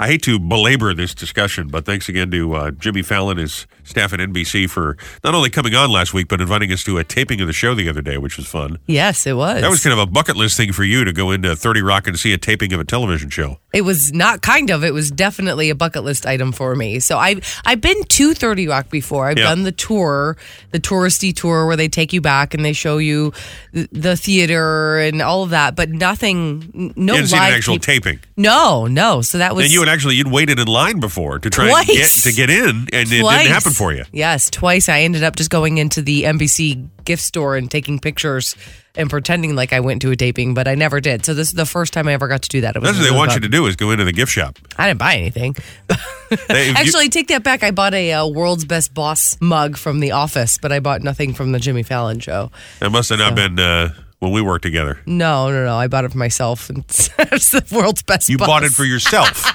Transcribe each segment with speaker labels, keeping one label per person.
Speaker 1: I hate to belabor this discussion, but thanks again to uh, Jimmy Fallon, his staff at NBC, for not only coming on last week, but inviting us to a taping of the show the other day, which was fun.
Speaker 2: Yes, it was.
Speaker 1: That was kind of a bucket list thing for you to go into 30 Rock and see a taping of a television show.
Speaker 2: It was not kind of. It was definitely a bucket list item for me. So I I've been to Thirty Rock before. I've
Speaker 1: Yeah.
Speaker 2: done the tour, the touristy tour where they take you back and they show you th- the theater and all of that, but nothing. n- No
Speaker 1: You hadn't
Speaker 2: live.
Speaker 1: seen an actual
Speaker 2: peop-
Speaker 1: taping.
Speaker 2: no, no. So that Oh, was
Speaker 1: and you had actually, you'd waited in line before to try and get,
Speaker 2: Twice.
Speaker 1: to get in, and it
Speaker 2: twice.
Speaker 1: didn't happen for you.
Speaker 2: Yes, twice. I ended up just going into the NBC gift store and taking pictures and pretending like I went to a taping, but I never did. So this is the first time I ever got to do that. It was
Speaker 1: That's what they want you to do is go into the gift shop.
Speaker 2: I didn't buy anything.
Speaker 1: They-
Speaker 2: Actually, take that back. I bought a uh, world's best boss mug from The Office, but I bought nothing from the Jimmy Fallon show.
Speaker 1: That must have not been uh, when we worked together.
Speaker 2: No, no, no. I bought it for myself. And it's the world's best.
Speaker 1: You
Speaker 2: boss.
Speaker 1: bought it for yourself.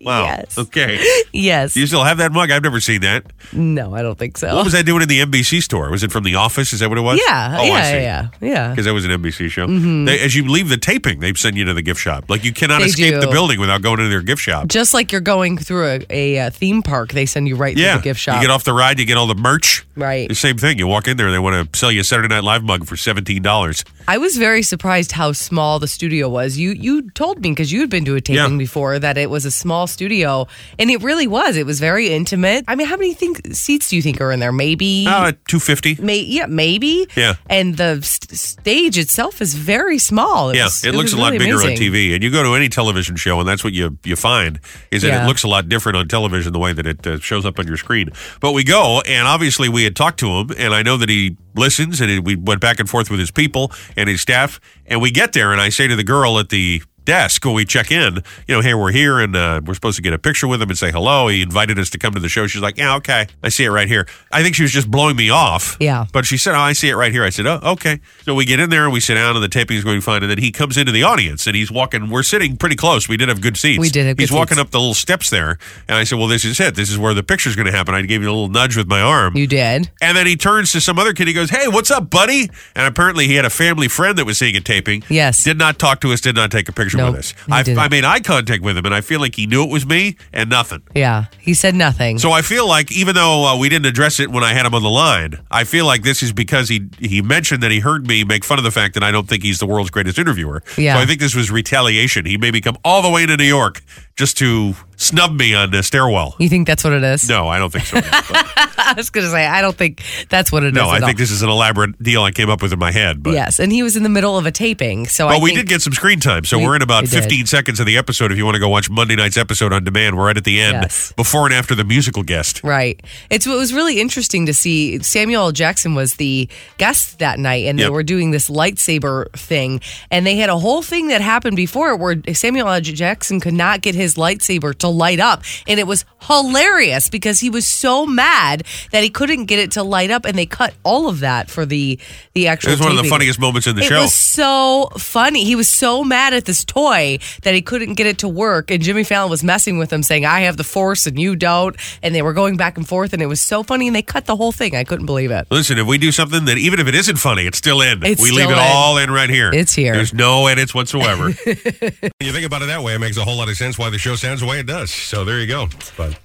Speaker 1: Wow.
Speaker 2: Yes.
Speaker 1: Okay.
Speaker 2: Yes.
Speaker 1: Do you still have that mug? I've never seen that.
Speaker 2: no, I don't think so.
Speaker 1: What was I doing in the NBC store? Was it from The Office? Is that what it was?
Speaker 2: yeah,
Speaker 1: Oh, I
Speaker 2: yeah,
Speaker 1: see.
Speaker 2: yeah, yeah.
Speaker 1: Because that was an NBC show. They, as you leave the taping, they send you to the gift shop. Like you cannot
Speaker 2: They
Speaker 1: escape the
Speaker 2: do.
Speaker 1: building without going to their gift shop.
Speaker 2: Just like you're going through a, a, uh theme park, they send you right
Speaker 1: yeah.
Speaker 2: to the gift shop.
Speaker 1: You get off the ride, you get all the merch.
Speaker 2: Right.
Speaker 1: The same thing. You walk in there, they want to sell you a Saturday Night Live mug for seventeen dollars.
Speaker 2: I was very surprised how small the studio was. You you told me because you had been to a taping
Speaker 1: Yeah.
Speaker 2: before that it was a small studio, and it really was. It was very intimate. I mean, how many think seats do you think are in there? Maybe.
Speaker 1: Uh, two fifty.
Speaker 2: May, yeah, maybe.
Speaker 1: Yeah.
Speaker 2: And the st- stage itself is very small.
Speaker 1: Yeah,
Speaker 2: was-
Speaker 1: it, looks
Speaker 2: was
Speaker 1: a lot
Speaker 2: really
Speaker 1: bigger
Speaker 2: amazing.
Speaker 1: on TV. And you go to any television show, and that's what you you find is that
Speaker 2: Yeah.
Speaker 1: it looks a lot different on television the way that it uh, shows up on your screen. But we go, and obviously we had talked to him, and I know that he listens, and it, we went back and forth with his people and his staff, and we get there, and I say to the girl at the desk when we check in you know hey we're here and uh, we're supposed to get a picture with him and say hello he invited us to come to the show she's like yeah okay i see it right here i think she was just blowing me off
Speaker 2: Yeah.
Speaker 1: but she said, "Oh, I see it right here." I said, "Oh, okay." So we get in there and we sit down, and the taping is going fine. And then he comes into the audience, and he's walking. We're sitting pretty close. We did have good seats.
Speaker 2: We did have good
Speaker 1: He's walking
Speaker 2: seats.
Speaker 1: up the little steps there, and I said, "Well, this is it. This is where the picture's going to happen." I gave you a little nudge with my arm.
Speaker 2: You did.
Speaker 1: and then he turns to some other kid. He goes, "Hey, what's up, buddy?" And apparently, he had a family friend that was seeing a taping.
Speaker 2: Yes.
Speaker 1: Did not talk to us. Did not take a picture
Speaker 2: Nope,
Speaker 1: with us.
Speaker 2: he
Speaker 1: I,
Speaker 2: didn't.
Speaker 1: I made eye contact with him, and I feel like he knew it was me, and nothing.
Speaker 2: Yeah. He said nothing.
Speaker 1: So I feel like even though uh, we didn't address it when I had him on the line, I feel like this is because he he mentioned that he heard me make fun of the fact that I don't think he's the world's greatest interviewer.
Speaker 2: Yeah.
Speaker 1: So I think this was retaliation. He made me come all the way to New York just to snub me on the stairwell.
Speaker 2: you think that's what it is?
Speaker 1: No, I don't think so. But
Speaker 2: I was going to say, I don't think that's what it is.
Speaker 1: no, I
Speaker 2: at
Speaker 1: think
Speaker 2: all.
Speaker 1: this is an elaborate deal I came up with in my head. But
Speaker 2: Yes. And he was in the middle of a taping. So I
Speaker 1: But we
Speaker 2: think-
Speaker 1: did get some screen time, so
Speaker 2: We-
Speaker 1: we, are in about
Speaker 2: we did.
Speaker 1: 15 seconds of the episode. If you want to go watch Monday night's episode on demand, we're right at the end,
Speaker 2: Yes.
Speaker 1: before and after the musical guest.
Speaker 2: Right. It's what was really interesting to see. Samuel L. Jackson was the guest that night, and they
Speaker 1: Yep.
Speaker 2: were doing this lightsaber thing, and they had a whole thing that happened before where Samuel L. Jackson could not get his lightsaber to light up, and it was hilarious because he was so mad that he couldn't get it to light up, and they cut all of that for the the actual.
Speaker 1: It was one of the
Speaker 2: taping.
Speaker 1: funniest moments in the
Speaker 2: It
Speaker 1: show.
Speaker 2: was so funny. He was so mad at this toy that he couldn't get it to work. And Jimmy Fallon was messing with him, saying, I have the force and you don't. And they were going back and forth. And it was so funny. And they cut the whole thing. I couldn't believe it.
Speaker 1: Listen, if we do something that even if it isn't funny, it's still in.
Speaker 2: It's
Speaker 1: we leave
Speaker 2: still
Speaker 1: it
Speaker 2: in.
Speaker 1: all in right here.
Speaker 2: It's here.
Speaker 1: There's no edits whatsoever. when you think about it that way, it makes a whole lot of sense why the show sounds the way it does. So there you go. But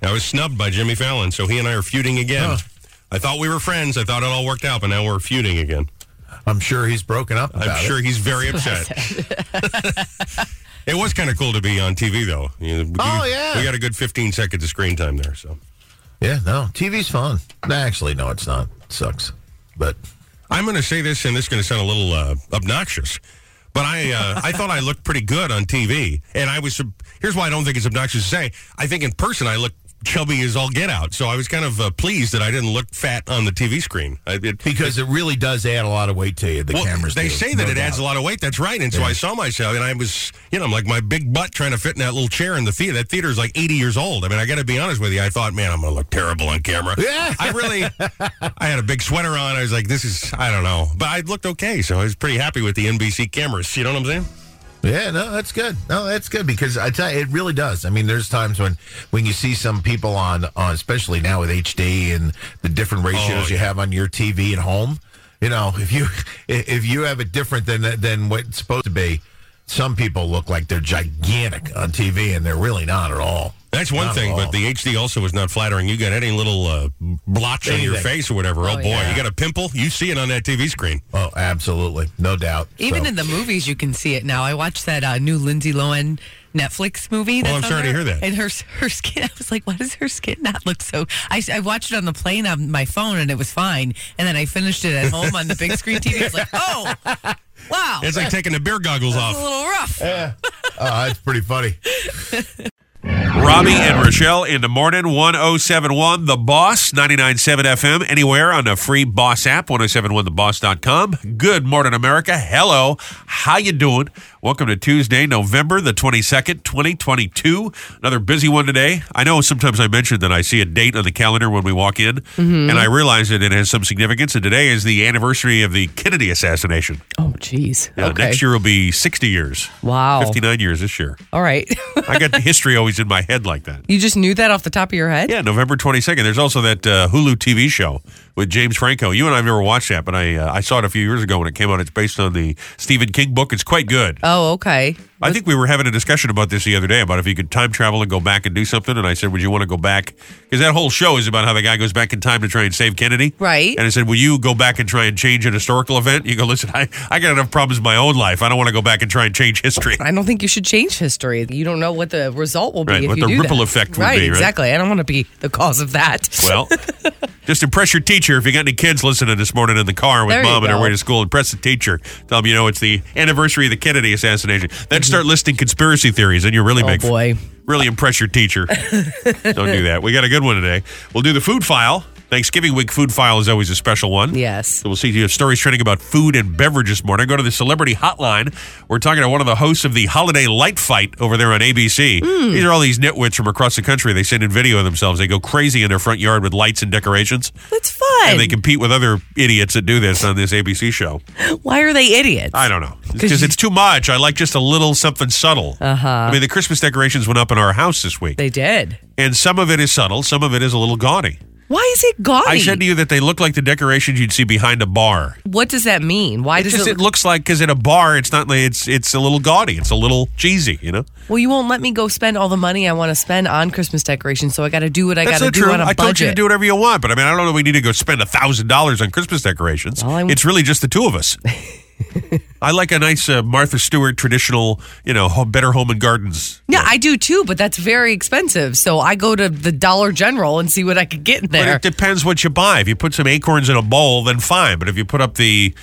Speaker 1: I was snubbed by Jimmy Fallon, so he and I are feuding again. I thought we were friends. I thought it all worked out, but now we're feuding again.
Speaker 3: I'm sure he's broken up.
Speaker 1: I'm
Speaker 3: about it.
Speaker 1: sure he's very upset. it was kind of cool to be on TV, though. You know, we-
Speaker 3: Oh, yeah.
Speaker 1: We got a good 15 seconds of screen time there, so.
Speaker 3: Yeah, no, TV's fun. Nah, Actually, no, it's not. It sucks. But
Speaker 1: I'm going to say this, and this is going to sound a little uh, obnoxious, but I uh, I thought I looked pretty good on TV, and I was. Here's why I don't think it's obnoxious to say. I think in person I look chubby as all get out, so I was kind of uh, pleased that I didn't look fat on the TV screen. I, it,
Speaker 3: because it really does add a lot of weight to you, the
Speaker 1: well,
Speaker 3: cameras.
Speaker 1: they
Speaker 3: do,
Speaker 1: say that
Speaker 3: no
Speaker 1: it adds
Speaker 3: doubt.
Speaker 1: a lot of weight. That's right, and so I saw myself, and I was, you know, I'm like my big butt trying to fit in that little chair in the theater. That theater is like 80 years old. I mean, I got to be honest with you. I thought, man, I'm going to look terrible on camera.
Speaker 3: Yeah.
Speaker 1: I really, I had a big sweater on. I was like, this is, I don't know, but I looked okay, so I was pretty happy with the NBC cameras. You know what I'm saying?
Speaker 3: Yeah, no, that's good. No, that's good because I tell you, it really does. I mean, there's times when when you see some people on on, especially now with HD and the different ratios
Speaker 1: Oh,
Speaker 3: you
Speaker 1: yeah.
Speaker 3: have on your TV at home. You know, if you if you have it different than than what's supposed to be, some people look like they're gigantic on TV, and they're really not at all.
Speaker 4: That's one
Speaker 3: Not at
Speaker 4: thing,
Speaker 3: all.
Speaker 4: but the HD also is not flattering. You got any little uh, blotch on your
Speaker 3: Anything.
Speaker 4: face or whatever. Oh,
Speaker 2: Oh,
Speaker 4: boy,
Speaker 2: yeah.
Speaker 4: you got a pimple. You see it on that TV screen.
Speaker 3: Oh, absolutely, no doubt.
Speaker 5: Even
Speaker 3: So-
Speaker 5: in the movies, you can see it now. I watched that uh, new Lindsay Lohan Netflix movie.
Speaker 4: Well,
Speaker 5: that's
Speaker 4: Oh, I'm
Speaker 5: on
Speaker 4: sorry to
Speaker 5: there,
Speaker 4: hear that.
Speaker 5: And her her skin, I was like, why does her skin not look so? I, I watched it on the plane on my phone, and it was fine. And then I finished it at home on the big screen TV. I was like, oh, wow,
Speaker 4: It's like taking the beer goggles
Speaker 5: that's a
Speaker 4: off.
Speaker 5: little rough.
Speaker 3: Uh, it's pretty funny.
Speaker 1: Robbie and Rochelle in the morning, 1071 The Boss, 997 FM, anywhere on the free Boss app, 1071theboss.com. Good morning, America. Hello. How you doing? Welcome to Tuesday, November the 22nd, 2022. Another busy one today. I know sometimes I mention that I see a date on the calendar when we walk in, and I realize that it has some significance, and today is the anniversary of the Kennedy assassination.
Speaker 2: Oh, jeez.
Speaker 1: Yeah, Next year will be 60 years.
Speaker 2: Wow.
Speaker 1: 59 years this year.
Speaker 2: All right.
Speaker 1: I got the history always in my head like that.
Speaker 2: you just knew that off the top of your head?
Speaker 1: Yeah, November 22nd. There's also that uh, Hulu TV show with James Franco. You and I have never watched that, but I uh, I saw it a few years ago when it came out. It's based on the Stephen King book. It's quite good.
Speaker 2: Oh, okay.
Speaker 1: I think we were having a discussion about this the other day about if you could time travel and go back and do something. And I said, Would you want to go back? Because that whole show is about how the guy goes back in time to try and save Kennedy.
Speaker 2: Right.
Speaker 1: And I said, Will you go back and try and change an historical event? You go, Listen, I, I got enough problems in my own life. I don't want to go back and try and change history.
Speaker 2: I don't think you should change history. You don't know what the result will be
Speaker 1: Right,
Speaker 2: if
Speaker 1: what
Speaker 2: you
Speaker 1: the
Speaker 2: do
Speaker 1: ripple
Speaker 2: that.
Speaker 1: effect would
Speaker 2: right,
Speaker 1: be, right?
Speaker 2: Exactly. I don't want to be the cause of that.
Speaker 1: Well, just impress your teacher. If you got any kids listening this morning in the car with
Speaker 2: There you
Speaker 1: mom on her
Speaker 2: go.
Speaker 1: way to school, impress the teacher. Tell them, you know, it's the anniversary of the Kennedy assassination. Then start listing conspiracy theories, and you're really
Speaker 2: Mm-hmm. oh
Speaker 1: make
Speaker 2: boy.
Speaker 1: really impress your teacher. Don't do that. We got a good one today. We'll do the food file. Thanksgiving week food file is always a special one.
Speaker 2: Yes.
Speaker 1: So we'll see you stories trending about food and beverage this morning. Go to the celebrity hotline. We're talking to one of the hosts of the Holiday Light Fight over there on ABC. These are all these nitwits from across the country. They send in video of themselves. They go crazy in their front yard with lights and decorations,
Speaker 2: That's fun.
Speaker 1: and they compete with other idiots that do this on this ABC show.
Speaker 2: Why are they idiots?
Speaker 1: I don't know. Because it's too much. I like just a little something subtle. Uh-huh. I mean, the Christmas decorations went up in our house this week,
Speaker 2: they did.
Speaker 1: and some of it is subtle, some of it is a little gaudy.
Speaker 2: Why is it gaudy?
Speaker 1: I said to you that they look like the decorations you'd see behind a bar.
Speaker 2: what does that mean? Why
Speaker 1: It
Speaker 2: does
Speaker 1: just
Speaker 2: it,
Speaker 1: it looks like because at a bar, it's not like it's it's a little gaudy, it's a little cheesy, you know.
Speaker 2: Well, you won't let me go spend all the money I want to spend on Christmas decorations, so I got to do what I
Speaker 1: That's
Speaker 2: got to
Speaker 1: not
Speaker 2: do
Speaker 1: true.
Speaker 2: on
Speaker 1: I
Speaker 2: a budget.
Speaker 1: told you to do whatever you want, but I mean, I don't know. that We need to go spend a thousand dollars on Christmas decorations.
Speaker 2: Well, I'm-
Speaker 1: it's really just the two of us. I like a nice uh, Martha Stewart traditional, you know, ho- Better Home and Gardens.
Speaker 2: No, I do too, but that's very expensive. So I go to the Dollar General and see what I could get in
Speaker 1: But
Speaker 2: there.
Speaker 1: it depends what you buy. If you put some acorns in a bowl, then fine. But if you put up the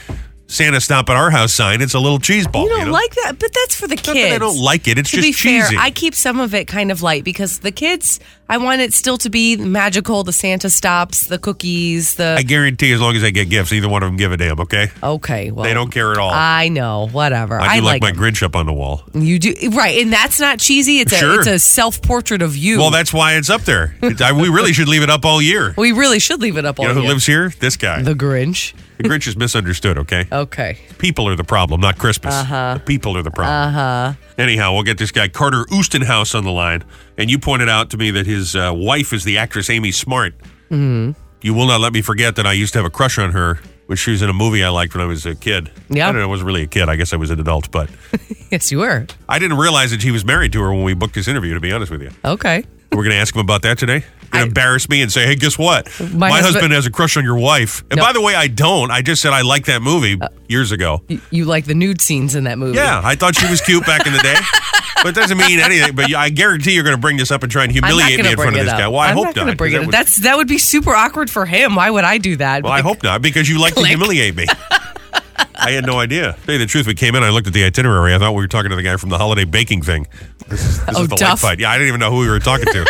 Speaker 1: Santa stop at our house sign, it's a little cheese ball.
Speaker 2: you don't
Speaker 1: know?
Speaker 2: like that, but that's for the
Speaker 1: Not
Speaker 2: kids.
Speaker 1: that I don't like it. It's
Speaker 2: to
Speaker 1: just
Speaker 2: be
Speaker 1: cheesy.
Speaker 2: fair, I keep some of it kind of light because the kids, I want it still to be magical. The Santa stops, the cookies, the
Speaker 1: I guarantee as long as I get gifts, either one of them give a damn. Okay,
Speaker 2: okay. Well,
Speaker 1: they don't care at all.
Speaker 2: I know, whatever.
Speaker 1: I do like, my
Speaker 2: 'em.
Speaker 1: Grinch up on the wall.
Speaker 2: You do right, and that's not cheesy. It's
Speaker 1: Sure.
Speaker 2: a it's a self portrait of you.
Speaker 1: Well, that's why it's up there. It's- I, we really should leave it up all year.
Speaker 2: we really should leave it up.
Speaker 1: You know
Speaker 2: all
Speaker 1: who
Speaker 2: year.
Speaker 1: lives here? This guy.
Speaker 2: The
Speaker 1: The,
Speaker 2: Grinch.
Speaker 1: Grinch is misunderstood. Okay,
Speaker 2: Okay.
Speaker 1: people are the problem, not Christmas. Uh-huh. The people are the problem. Uh-huh. Anyhow, we'll get this guy Carter Oostenhouse on the line, and you pointed out to me that his uh, wife is the actress Amy Smart. Mm-hmm. You will not let me forget that I used to have a crush on her when she was in a movie I liked when I was a kid.
Speaker 2: Yeah.
Speaker 1: I don't know, I wasn't really a kid. I guess I was an adult, but.
Speaker 2: Yes, you were.
Speaker 1: I didn't realize that he was married to her when we booked this interview, to be honest with you.
Speaker 2: Okay.
Speaker 1: We're going to ask him about that today. You're going
Speaker 2: I-
Speaker 1: to embarrass me and say, hey, guess what? My,
Speaker 2: My
Speaker 1: husband,
Speaker 2: husband-
Speaker 1: has a crush on your wife. And
Speaker 2: No.
Speaker 1: by the way, I don't. I just said I like that movie years ago.
Speaker 2: You, you like the nude scenes in that movie?
Speaker 1: Yeah, I thought she was cute back in the day. But it doesn't mean anything. But I guarantee you're going to bring this up and try and
Speaker 2: I'm not
Speaker 1: humiliate
Speaker 2: gonna
Speaker 1: me in
Speaker 2: bring
Speaker 1: front of
Speaker 2: it
Speaker 1: this
Speaker 2: up.
Speaker 1: guy. Well, I
Speaker 2: I'm
Speaker 1: hope
Speaker 2: not gonna
Speaker 1: not.
Speaker 2: Bring
Speaker 1: 'cause
Speaker 2: it
Speaker 1: that
Speaker 2: up.
Speaker 1: would-
Speaker 2: That's that would be super awkward for him. Why would I do that?
Speaker 1: well, I hope not because you like to
Speaker 2: Click.
Speaker 1: humiliate me. I had no idea. Tell you the truth, we came in. I looked at the itinerary. I thought we were talking to the guy from the holiday baking thing. This is, this
Speaker 2: Oh,
Speaker 1: is the light
Speaker 2: Duff?
Speaker 1: fight. Yeah, I didn't even know who we were talking to.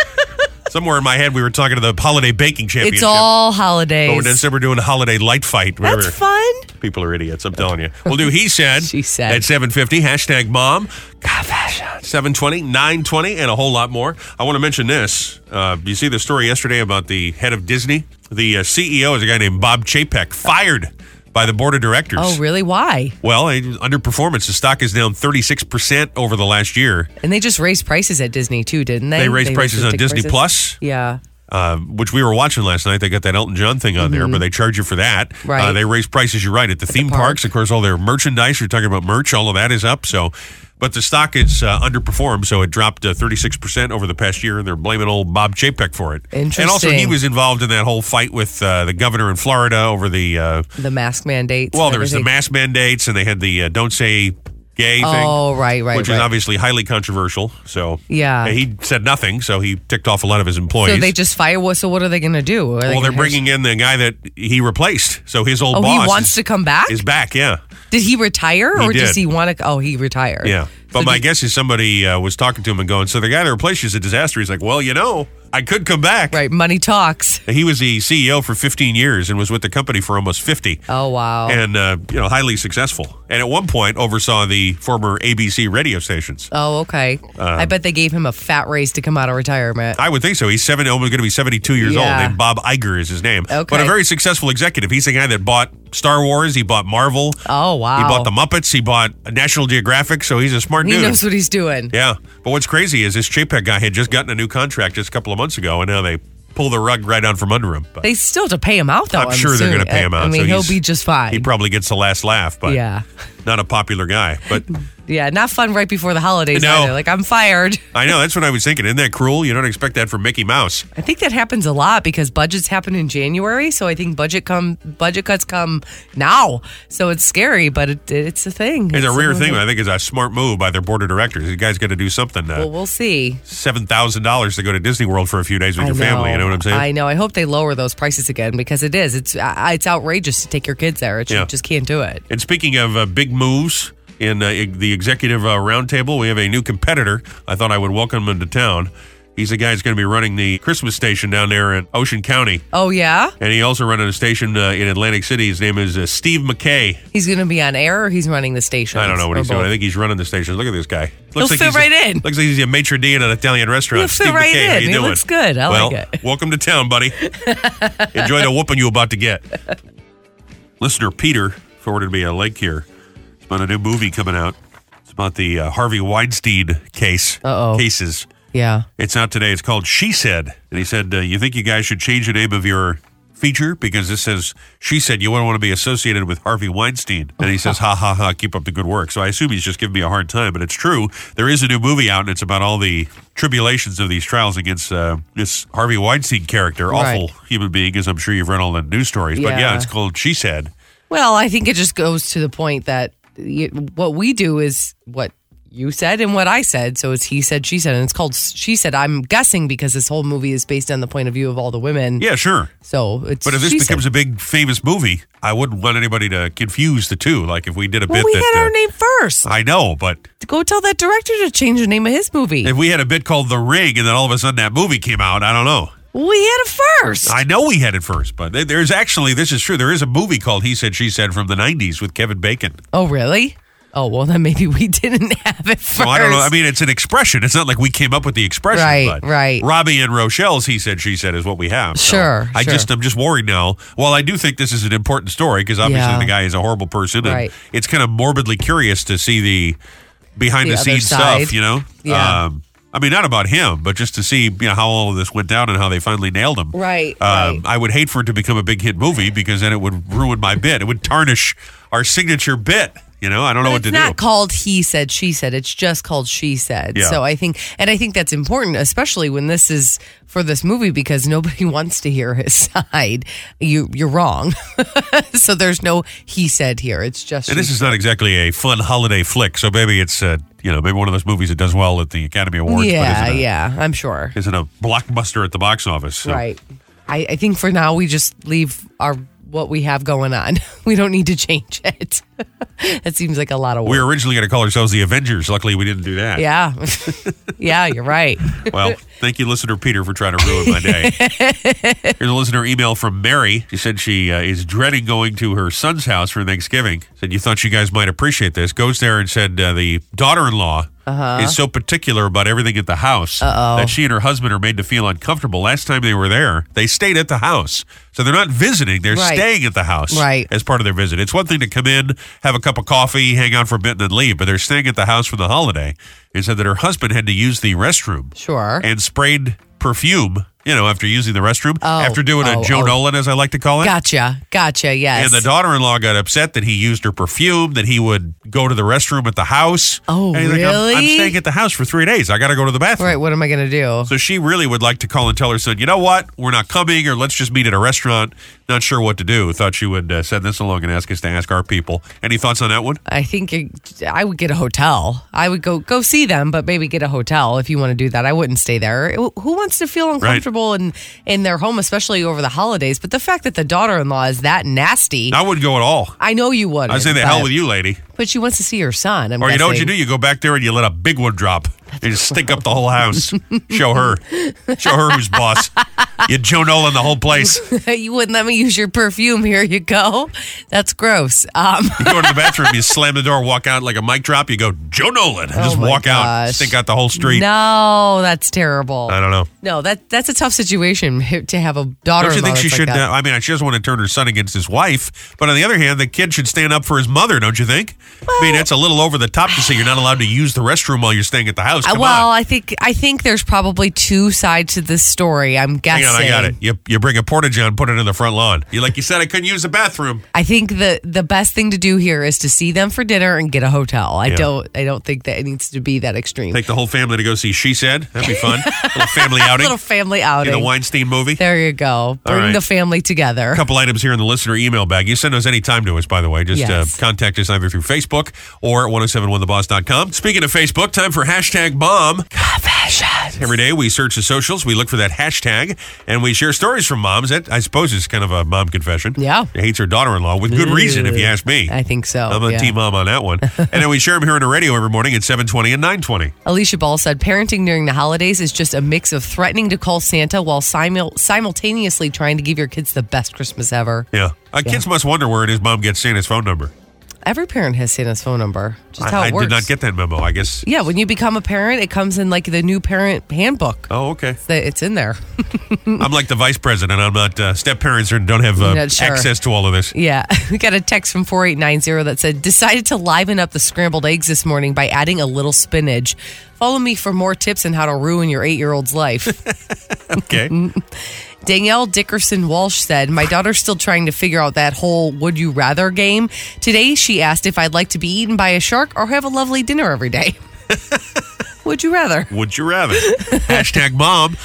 Speaker 1: Somewhere in my head, we were talking to the holiday baking championship.
Speaker 2: it's all
Speaker 1: Oh,
Speaker 2: holidays.
Speaker 1: and instead we're doing a holiday light fight. Whatever.
Speaker 2: that's fun.
Speaker 1: People are idiots. I'm telling you. We'll do. He said.
Speaker 2: She said.
Speaker 1: At 7:50. Hashtag mom. 720, 920, and a whole lot more. I want to mention this. Uh, you see the story yesterday about the head of Disney? The uh, CEO is a guy named Bob Chapek, fired by the board of directors.
Speaker 2: Oh, really? Why?
Speaker 1: Well, eh, underperformance. The stock is down 36% over the last year.
Speaker 2: And they just raised prices at Disney too, didn't they?
Speaker 1: They raised prices on
Speaker 2: ticket
Speaker 1: Disney Plus.
Speaker 2: Yeah.
Speaker 1: Uh, uh, which we were watching last night. They got that Elton John thing on there, but they charge you for that.
Speaker 2: Mm-hmm. Right.
Speaker 1: Uh, they raise prices. You're right at the theme
Speaker 2: park.
Speaker 1: parks, of course. All their merchandise. You're talking about merch. All of that is up. So, but the stock is uh, underperformed. So it dropped 36 percent over the past year, and they're blaming old Bob Chapek for it. And also, he
Speaker 2: Interesting.
Speaker 1: was involved in that whole fight with uh, the governor in Florida over the. Uh,
Speaker 2: The mask mandates.
Speaker 1: well,
Speaker 2: and
Speaker 1: there was the
Speaker 2: everything.
Speaker 1: mask mandates, and they had the uh, don't say gay thing.
Speaker 2: Oh, right, right,
Speaker 1: Which
Speaker 2: right.
Speaker 1: is obviously highly controversial. So
Speaker 2: Yeah.
Speaker 1: and he said nothing. So he ticked off a lot of his employees.
Speaker 2: so they just fire. What? So what are they going to do? Are they
Speaker 1: well,
Speaker 2: gonna
Speaker 1: they're
Speaker 2: have-
Speaker 1: bringing in the guy that he replaced. So his old
Speaker 2: Oh,
Speaker 1: boss
Speaker 2: he wants
Speaker 1: is,
Speaker 2: to come back.
Speaker 1: is back. Yeah,
Speaker 2: Did he retire,
Speaker 1: He
Speaker 2: or does
Speaker 1: did.
Speaker 2: he want to? Oh, he retired.
Speaker 1: yeah. But
Speaker 2: So
Speaker 1: my
Speaker 2: did-
Speaker 1: guess is somebody uh, was talking to him and going, "So the guy that replaced you is a disaster." He's like, "Well, you know, I could come back."
Speaker 2: right, money talks.
Speaker 1: He was the CEO for 15 years and was with the company for almost 50.
Speaker 2: Oh wow.
Speaker 1: and uh, you know highly successful. And at one point, oversaw the former ABC radio stations.
Speaker 2: oh okay. I bet they gave him a fat raise to come out of retirement.
Speaker 1: Uh, I would think so. He's seven, almost going to be seventy-two years
Speaker 2: Yeah.
Speaker 1: old. Named Bob Iger is his name, but
Speaker 2: Okay.
Speaker 1: a very successful executive. He's the guy that bought Star Wars. He bought Marvel.
Speaker 2: Oh, wow.
Speaker 1: He bought the Muppets. He bought National Geographic. So he's a smart
Speaker 2: he
Speaker 1: dude.
Speaker 2: knows what he's doing.
Speaker 1: yeah, but what's crazy is this JPEG guy had just gotten a new contract just a couple of months ago, and now they pull the rug right out from under him. But
Speaker 2: They still to pay him out though.
Speaker 1: I'm, sure they're going to
Speaker 2: assuming.
Speaker 1: pay him
Speaker 2: I-
Speaker 1: out.
Speaker 2: I mean,
Speaker 1: so
Speaker 2: he'll
Speaker 1: he's-
Speaker 2: be just fine.
Speaker 1: He probably gets the last laugh, but
Speaker 2: Yeah.
Speaker 1: not a popular guy. But
Speaker 2: yeah, not fun right before the holidays
Speaker 1: No.
Speaker 2: either. Like I'm fired.
Speaker 1: I know. That's what I was thinking. Isn't that cruel? You don't expect that from Mickey Mouse.
Speaker 2: I think that happens a lot because budgets happen in January, so I think budget come budget cuts come now. So it's scary, but it, it's a thing.
Speaker 1: It's a rare thing,
Speaker 2: something-
Speaker 1: but I think it's a smart move by their board of directors. The guy's got to do something.
Speaker 2: Well,
Speaker 1: Uh,
Speaker 2: we'll see.
Speaker 1: $7,000 to go to Disney World for a few days with
Speaker 2: I
Speaker 1: your family. You know what I'm saying?
Speaker 2: I know. I hope they lower those prices again because it is. It's I- it's outrageous to take your kids there. It
Speaker 1: Yeah.
Speaker 2: just can't do it.
Speaker 1: and speaking of uh, big moves in uh, e- the executive uh, roundtable, we have a new competitor. I thought I would welcome him to town. He's the guy that's going to be running the Christmas station down there in Ocean County.
Speaker 2: Oh yeah,
Speaker 1: And he also running a station uh, in Atlantic City. His name is uh, Steve McKay.
Speaker 2: he's going to be on air. or He's running the station.
Speaker 1: I don't know what
Speaker 2: Or
Speaker 1: he's doing. I
Speaker 2: both.
Speaker 1: think he's running the station. Look at this guy. Looks
Speaker 2: He'll fit
Speaker 1: he's
Speaker 2: right
Speaker 1: a,
Speaker 2: in.
Speaker 1: Looks like he's a maitre d at an Italian restaurant.
Speaker 2: He'll fit
Speaker 1: Steve
Speaker 2: right
Speaker 1: McKay, How
Speaker 2: in.
Speaker 1: you
Speaker 2: He
Speaker 1: doing?
Speaker 2: looks good. I
Speaker 1: well,
Speaker 2: like it.
Speaker 1: welcome to town, buddy. Enjoy the whooping you about to get. Listener Peter forwarded me a link here. It's about a new movie coming out. It's about the uh, Harvey Weinstein case.
Speaker 2: Uh-oh.
Speaker 1: Cases.
Speaker 2: Yeah.
Speaker 1: It's out today. It's called She Said. And he said, uh, You think you guys should change the name of your feature? Because this says, She Said, you wouldn't want to be associated with Harvey Weinstein. And he says, Ha ha ha, keep up the good work. So I assume he's just giving me a hard time, but it's true. There is a new movie out, and it's about all the tribulations of these trials against uh, this Harvey Weinstein character. Awful human being, as I'm sure you've read all the news stories. But yeah,
Speaker 2: Yeah.
Speaker 1: it's called She Said.
Speaker 2: Well, I think it just goes to the point that you, what we do is what you said and what I said. So it's he said, she said, and it's called she said. I'm guessing because this whole movie is based on the point of view of all the women.
Speaker 1: Yeah, sure.
Speaker 2: So it's.
Speaker 1: But if this
Speaker 2: she
Speaker 1: becomes
Speaker 2: said.
Speaker 1: a big famous movie, I wouldn't want anybody to confuse the two. Like if we did a
Speaker 2: well,
Speaker 1: bit
Speaker 2: we
Speaker 1: that
Speaker 2: had our
Speaker 1: uh,
Speaker 2: name first.
Speaker 1: I know, but
Speaker 2: Go tell that director to change the name of his movie.
Speaker 1: If we had a bit called The Ring and then all of a sudden that movie came out, I don't know.
Speaker 2: we had it first.
Speaker 1: I know we had it first, but there- there's actually, this is true, there is a movie called He Said, She Said from the 90s with Kevin Bacon.
Speaker 2: oh, really? Oh, well, then maybe we didn't have it first.
Speaker 1: So I don't know. I mean, it's an expression. It's not like we came up with the expression.
Speaker 2: Right,
Speaker 1: but
Speaker 2: right.
Speaker 1: Robbie and Rochelle's He Said, She Said is what we have. So
Speaker 2: Sure,
Speaker 1: I
Speaker 2: sure.
Speaker 1: just, I'm just worried now. Well, I do think this is an important story because obviously
Speaker 2: Yeah.
Speaker 1: the guy is a horrible person. And
Speaker 2: Right.
Speaker 1: It's kind of morbidly curious to see the behind
Speaker 2: The
Speaker 1: the, scenes
Speaker 2: other side.
Speaker 1: stuff, you know?
Speaker 2: Yeah.
Speaker 1: Um, I mean, not about him, but just to see you know, how all of this went down and how they finally nailed him.
Speaker 2: Right, right.
Speaker 1: Um, I would hate for it to become a big hit movie because then it would ruin my bit. It would tarnish our signature bit. Oh, You know, I don't know
Speaker 2: But
Speaker 1: what
Speaker 2: it's
Speaker 1: to
Speaker 2: not
Speaker 1: do.
Speaker 2: called he said she said it's just called she said
Speaker 1: Yeah.
Speaker 2: so i think and i think that's important especially when this is for this movie because nobody wants to hear his side you you're wrong so there's no he said here it's just
Speaker 1: And this
Speaker 2: she-
Speaker 1: is not exactly a fun holiday flick, so maybe it's uh, you know maybe one of those movies that does well at the Academy Awards.
Speaker 2: yeah
Speaker 1: but isn't a,
Speaker 2: yeah i'm sure
Speaker 1: Isn't a blockbuster at the box office? So
Speaker 2: right I, I think for now we just leave our what we have going on we don't need to change it that seems like a lot of work
Speaker 1: We were originally going to call ourselves the Avengers. Luckily, we didn't do that.
Speaker 2: yeah yeah you're right
Speaker 1: Well, thank you, listener Peter, for trying to ruin my day. Here's a listener email from Mary. She said she uh, is dreading going to her son's house for Thanksgiving. Said you thought you guys might appreciate this. Goes there and said uh, the daughter-in-law
Speaker 2: Uh-huh.
Speaker 1: is so particular about everything at the house that she and her husband are made to feel uncomfortable. Last time they were there, they stayed at the house, so they're not visiting; they're
Speaker 2: Right.
Speaker 1: staying at the house
Speaker 2: Right.
Speaker 1: as part of their visit. It's one thing to come in, have a cup of coffee, hang out for a bit, and then leave, but they're staying at the house for the holiday. And said that her husband had to use the restroom
Speaker 2: sure
Speaker 1: and sprayed perfume you know, after using the restroom,
Speaker 2: Oh,
Speaker 1: after doing a
Speaker 2: oh,
Speaker 1: Joe
Speaker 2: oh.
Speaker 1: Nolan, as I like to call it.
Speaker 2: Gotcha. Gotcha. Yes.
Speaker 1: And the daughter-in-law got upset that he used her perfume, that he would go to the restroom at the house.
Speaker 2: Oh,
Speaker 1: And he's like, "I'm- I'm,
Speaker 2: really?
Speaker 1: staying at the house for three days. I got to go to the
Speaker 2: All
Speaker 1: bathroom.
Speaker 2: right. What am I going to do?
Speaker 1: So she really would like to call and tell her son, you know what? We're not coming, or let's just meet at a restaurant. Not sure what to do. Thought she would uh, send this along and ask us to ask our people. Any thoughts on that one?
Speaker 2: I think it, I would get a hotel. I would go go see them, but maybe get a hotel if you want to do that. I wouldn't stay there. It- Who wants to feel uncomfortable in in their home, especially over the holidays? But the fact that the daughter-in-law is that nasty,
Speaker 1: I wouldn't go at all.
Speaker 2: I know you would.
Speaker 1: I'd say the hell with you, lady.
Speaker 2: But she wants to see her son. I'm
Speaker 1: Or you know what you
Speaker 2: guessing.
Speaker 1: do? You go back there and you let a big one drop. You just stink up the whole house. Show her. Show her who's boss. You Joe Nolan the whole place. You
Speaker 2: you wouldn't let me use your perfume. Here you go. That's gross. Um,
Speaker 1: go to the bathroom, you slam the door, walk out like a mic drop, you go, Joe Nolan. and just
Speaker 2: Oh my
Speaker 1: walk out,
Speaker 2: gosh.
Speaker 1: stink out the whole street.
Speaker 2: no, that's terrible.
Speaker 1: I don't know.
Speaker 2: No, that that's a tough situation to have a daughter.
Speaker 1: Don't you think she should?
Speaker 2: Like that.
Speaker 1: uh, I mean, she doesn't want to turn her son against his wife, but on the other hand, the kid should stand up for his mother, don't you think? I mean, that's a little over the top to say you're not allowed to use the restroom while you're staying at the house. Come
Speaker 2: Uh, well,
Speaker 1: on.
Speaker 2: I think I think there's probably two sides to this story. I'm
Speaker 1: Hang
Speaker 2: guessing.
Speaker 1: on, I got it. You, you bring a porta john, put it in the front lawn. You like you said, I couldn't use the bathroom.
Speaker 2: I think the the best thing to do here is to see them for dinner and get a hotel. I
Speaker 1: Yeah.
Speaker 2: don't I don't think that it needs to be that extreme.
Speaker 1: Take the whole family to go see She Said. That'd be fun. little family outing.
Speaker 2: Little family
Speaker 1: see
Speaker 2: outing.
Speaker 1: the Weinstein movie.
Speaker 2: there you go. Bring
Speaker 1: right.
Speaker 2: the family together.
Speaker 1: A couple items here in the listener email bag. You send those anytime to us, by the way. Just
Speaker 2: Yes.
Speaker 1: uh, contact us either through Facebook or at 1071theboss.com. Speaking of Facebook, time for hashtag bomb. Every day we search the socials, we look for that hashtag, and we share stories from moms. That I suppose is kind of a mom confession.
Speaker 2: Yeah.
Speaker 1: hates her daughter-in-law with good reason, if you ask me.
Speaker 2: I think so.
Speaker 1: I'm a
Speaker 2: yeah.
Speaker 1: team mom on that one. and then we share them here on the radio every morning at 7:20 and 9:20.
Speaker 2: Alicia Ball said parenting during the holidays is just a mix of threatening to call Santa while simul- simultaneously trying to give your kids the best Christmas ever.
Speaker 1: Yeah, uh, kids must wonder where it is mom gets Santa's phone number.
Speaker 2: Every parent has Santa's phone number. Just how
Speaker 1: I,
Speaker 2: it
Speaker 1: I
Speaker 2: works. Mm.
Speaker 1: did not get that memo. I guess.
Speaker 2: Yeah, when you become a parent, it comes in like the new parent handbook.
Speaker 1: Oh, okay.
Speaker 2: That It's in there.
Speaker 1: I'm like the vice president. I'm not uh, step parents and don't have uh,
Speaker 2: Not sure.
Speaker 1: access to all of this.
Speaker 2: yeah. We got a text from 4890 that said, decided to liven up the scrambled eggs this morning by adding a little spinach. Follow me for more tips on how to ruin your eight year old's life.
Speaker 1: Okay.
Speaker 2: Mm-hmm. Danielle Dickerson Walsh said, My daughter's still trying to figure out that whole would you rather game. Today, she asked if I'd like to be eaten by a shark or have a lovely dinner every day. would you rather?
Speaker 1: Would you rather? Hashtag mom.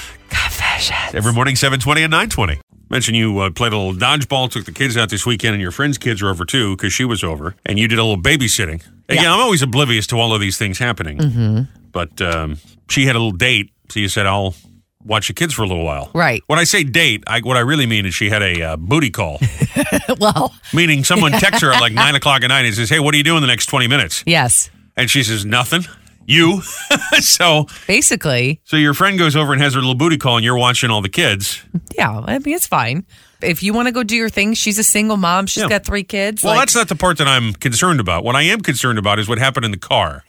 Speaker 1: Every morning, 720 and 920. Mentioned you uh, played a little dodgeball, took the kids out this weekend, and your friend's kids were over too because she was over, and you did a little babysitting. Again, I'm always oblivious to all of these things happening,
Speaker 2: Mm-hmm.
Speaker 1: but um, she had a little date, so you said, I'll watch the kids for a little while.
Speaker 2: Right.
Speaker 1: When I say date, I, what I really mean is she had a uh, booty call,
Speaker 2: well,
Speaker 1: meaning someone texts her at like 9 o'clock at night and says, Hey, what are you doing the next 20 minutes?
Speaker 2: yes.
Speaker 1: And she says, Nothing. You. so
Speaker 2: Basically,
Speaker 1: so your friend goes over and has her little booty call, and you're watching all the kids.
Speaker 2: yeah, I mean, it's fine. If you want to go do your thing, she's a single mom. She's
Speaker 1: Yeah.
Speaker 2: got three kids.
Speaker 1: Well,
Speaker 2: like-
Speaker 1: that's not the part that I'm concerned about. What I am concerned about is what happened in the car.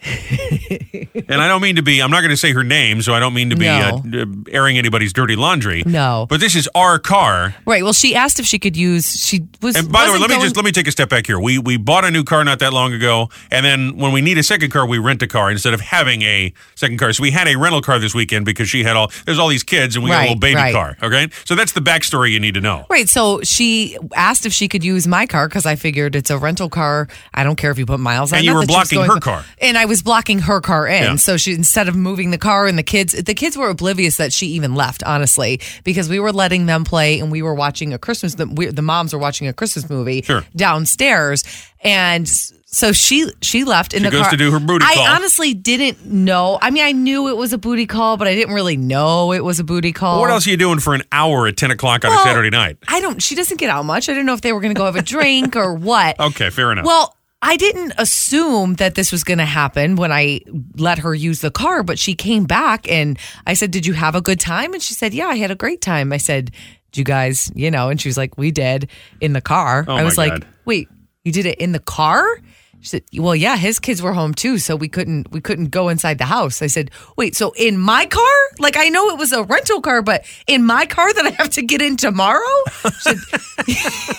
Speaker 1: and I don't mean to be, I'm not going to say her name, so I don't mean to be
Speaker 2: No.
Speaker 1: uh, uh, airing anybody's dirty laundry.
Speaker 2: No.
Speaker 1: But this is our car.
Speaker 2: right. Well, she asked if she could use, she was.
Speaker 1: And by the way,
Speaker 2: wasn't
Speaker 1: let me
Speaker 2: going-
Speaker 1: just let me take a step back here. We we bought a new car not that long ago, and then when we need a second car, we rent a car instead of having a second car. So we had a rental car this weekend because she had all there's all these kids, and we got a
Speaker 2: Right,
Speaker 1: little baby
Speaker 2: right.
Speaker 1: car. Okay, so that's the backstory you need to know.
Speaker 2: Right. So she asked if she could use my car because I figured it's a rental car. I don't care if you put miles on it.
Speaker 1: And you were
Speaker 2: Not that she was
Speaker 1: blocking
Speaker 2: going
Speaker 1: her
Speaker 2: for-
Speaker 1: car.
Speaker 2: And I was blocking her car in.
Speaker 1: Yeah.
Speaker 2: So she, instead of moving the car and the kids, the kids were oblivious that she even left, honestly, because we were letting them play and we were watching a Christmas, the, we, the moms were watching a Christmas movie
Speaker 1: Sure.
Speaker 2: downstairs. And so she she left in
Speaker 1: She
Speaker 2: the
Speaker 1: goes
Speaker 2: car.
Speaker 1: to do her booty
Speaker 2: I
Speaker 1: call.
Speaker 2: honestly didn't know. I mean, I knew it was a booty call, but I didn't really know it was a booty call.
Speaker 1: What else are you doing for an hour at ten o'clock on a
Speaker 2: Well,
Speaker 1: Saturday night?
Speaker 2: I don't. She doesn't get out much. I didn't know if they were going to go have a drink or what.
Speaker 1: Okay, fair enough.
Speaker 2: Well, I didn't assume that this was going to happen when I let her use the car, but she came back and I said, "Did you have a good time?" And she said, "Yeah, I had a great time." I said, "Did you guys, you know?" And she was like, "We did in the car."
Speaker 1: Oh,
Speaker 2: I
Speaker 1: my
Speaker 2: was
Speaker 1: God.
Speaker 2: like, "Wait, you did it in the car?" She said, "Well, yeah, his kids were home too, so we couldn't we couldn't go inside the house." I said, "Wait, so in my car? Like I know it was a rental car, but in my car that I have to get in tomorrow?" She said,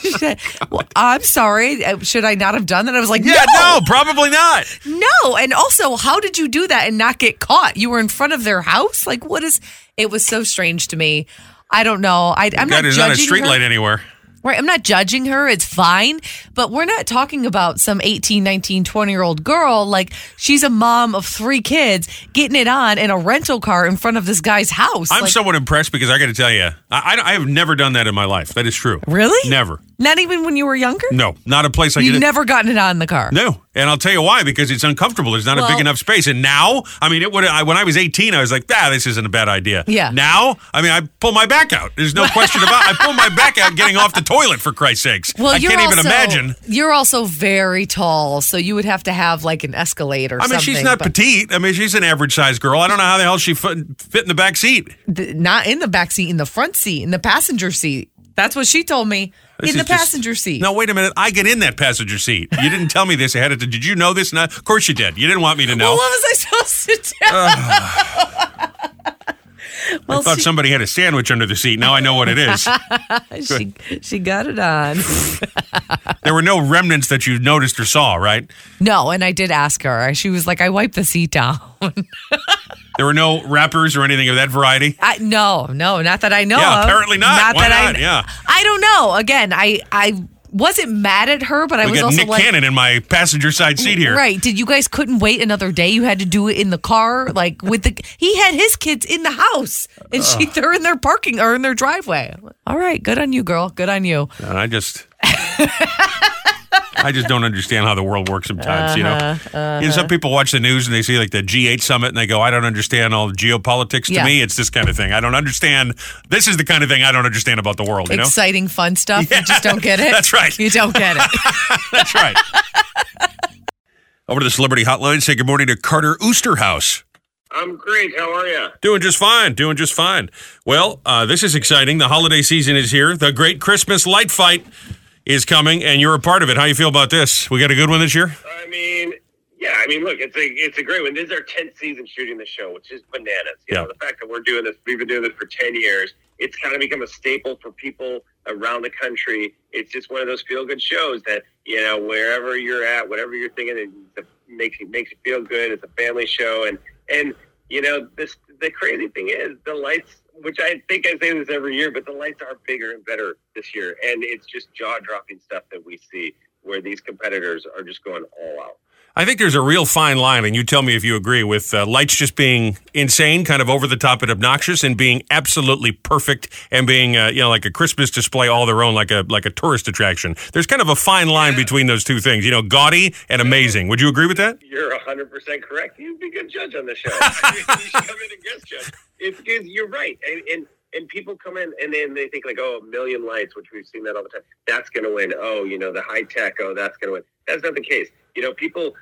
Speaker 2: she said, well, I'm sorry. Uh, Should I not have done that? I was like,
Speaker 1: yeah, no, probably not.
Speaker 2: no, no. And also, how did you do that and not get caught? You were in front of their house. Like, what is? It was so strange to me. I don't know. I, I'm
Speaker 1: That
Speaker 2: not
Speaker 1: is
Speaker 2: judging
Speaker 1: not a street
Speaker 2: her.
Speaker 1: light anywhere.
Speaker 2: Right. I'm not judging her. It's fine. But we're not talking about some 18, 19, 20 year old girl. Like, she's a mom of three kids getting it on in a rental car in front of this guy's house.
Speaker 1: I'm
Speaker 2: Like,
Speaker 1: somewhat impressed because I got to tell you, I, I, I have never done that in my life. That is true.
Speaker 2: Really?
Speaker 1: Never.
Speaker 2: Not even when you were younger?
Speaker 1: No, not a place I
Speaker 2: You've
Speaker 1: could.
Speaker 2: never gotten it on the car.
Speaker 1: No, and I'll tell you why because it's uncomfortable. There's not a
Speaker 2: Well-
Speaker 1: big enough space. And now, I mean, it would. I, when I was 18, I was like, "Ah, this isn't a bad idea."
Speaker 2: Yeah.
Speaker 1: Now, I mean, I pull my back out. There's no question about. I pull my back out getting off the toilet for Christ's sakes.
Speaker 2: Well,
Speaker 1: I
Speaker 2: you're
Speaker 1: can't even
Speaker 2: also-
Speaker 1: imagine.
Speaker 2: You're also very tall, so you would have to have like an escalator.
Speaker 1: I mean, she's not petite. I mean, she's an average sized girl. I don't know how the hell she fit, fit in the back seat.
Speaker 2: th- not in the back seat, in the front seat, in the passenger seat. That's what she told me.
Speaker 1: This
Speaker 2: in the
Speaker 1: is just-
Speaker 2: passenger seat.
Speaker 1: No, wait a minute. I get in that passenger seat. You didn't tell me this ahead of time. Did you know this? No, of course you did. You didn't want me to know.
Speaker 2: Well, what was I supposed to do? well,
Speaker 1: I thought
Speaker 2: she,
Speaker 1: somebody had a sandwich under the seat. Now I know what it is.
Speaker 2: she she got it on.
Speaker 1: there were no remnants that you noticed or saw, right?
Speaker 2: no, and I did ask her. She was like, "I wiped the seat down."
Speaker 1: There were no wrappers or anything of that variety.
Speaker 2: I, no, no, not that I know.
Speaker 1: Yeah,
Speaker 2: of.
Speaker 1: apparently not. Why
Speaker 2: that
Speaker 1: not?
Speaker 2: I.
Speaker 1: Yeah.
Speaker 2: I don't know. Again, I I wasn't mad at her, but I
Speaker 1: We
Speaker 2: was
Speaker 1: got
Speaker 2: also
Speaker 1: Nick
Speaker 2: like.
Speaker 1: Cannon in my passenger side seat here.
Speaker 2: Right. Did you guys couldn't wait another day? You had to do it in the car, like with the he had his kids in the house and she they're in their parking or in their driveway. All right, good on you, girl. Good on you.
Speaker 1: And I just. I just don't understand how the world works sometimes, you know?
Speaker 2: Uh-huh,
Speaker 1: You know, Some people watch the news and they see like the G8 summit and they go, I don't understand all the geopolitics. To
Speaker 2: Yeah.
Speaker 1: me, it's this kind of thing. I don't understand. This is the kind of thing I don't understand about the world, you know?
Speaker 2: Exciting fun stuff.
Speaker 1: Yeah,
Speaker 2: you just don't get it.
Speaker 1: that's right.
Speaker 2: You don't get it.
Speaker 1: That's right. Over to the celebrity hotline. Say good morning to Carter Oosterhouse.
Speaker 6: I'm great. How are you?
Speaker 1: Doing just fine. Doing just fine. Well, uh, this is exciting. The holiday season is here. The great Christmas light fight is coming, and you're a part of it. How you feel about this? We got a good one this year.
Speaker 6: I mean, yeah. I mean, look, it's a it's a great one. This is our tenth season shooting the show, which is bananas. You
Speaker 1: Yeah.
Speaker 6: know, the fact that we're doing this, we've been doing this for ten years. It's kind of become a staple for people around the country. It's just one of those feel good shows that you know wherever you're at, whatever you're thinking, it makes you makes you feel good. It's a family show, and and you know this the crazy thing is the lights. Which I think I say this every year, but the lights are bigger and better this year, and it's just jaw dropping stuff that we see where these competitors are just going all out.
Speaker 1: I think there's a real fine line, and you tell me if you agree with uh, lights just being insane, kind of over the top and obnoxious, and being absolutely perfect, and being uh, you know like a Christmas display all their own, like a like a tourist attraction. There's kind of a fine line between those two things, you know, gaudy and amazing. Would you agree with that?
Speaker 6: You're 100% correct. You'd be a good judge on the show. you should come in and guest judge. It's because you're right. And, and and people come in and then they think like, oh, a million lights, which we've seen that all the time. That's going to win. Oh, you know, the high tech. Oh, that's going to win. That's not the case. You know, people.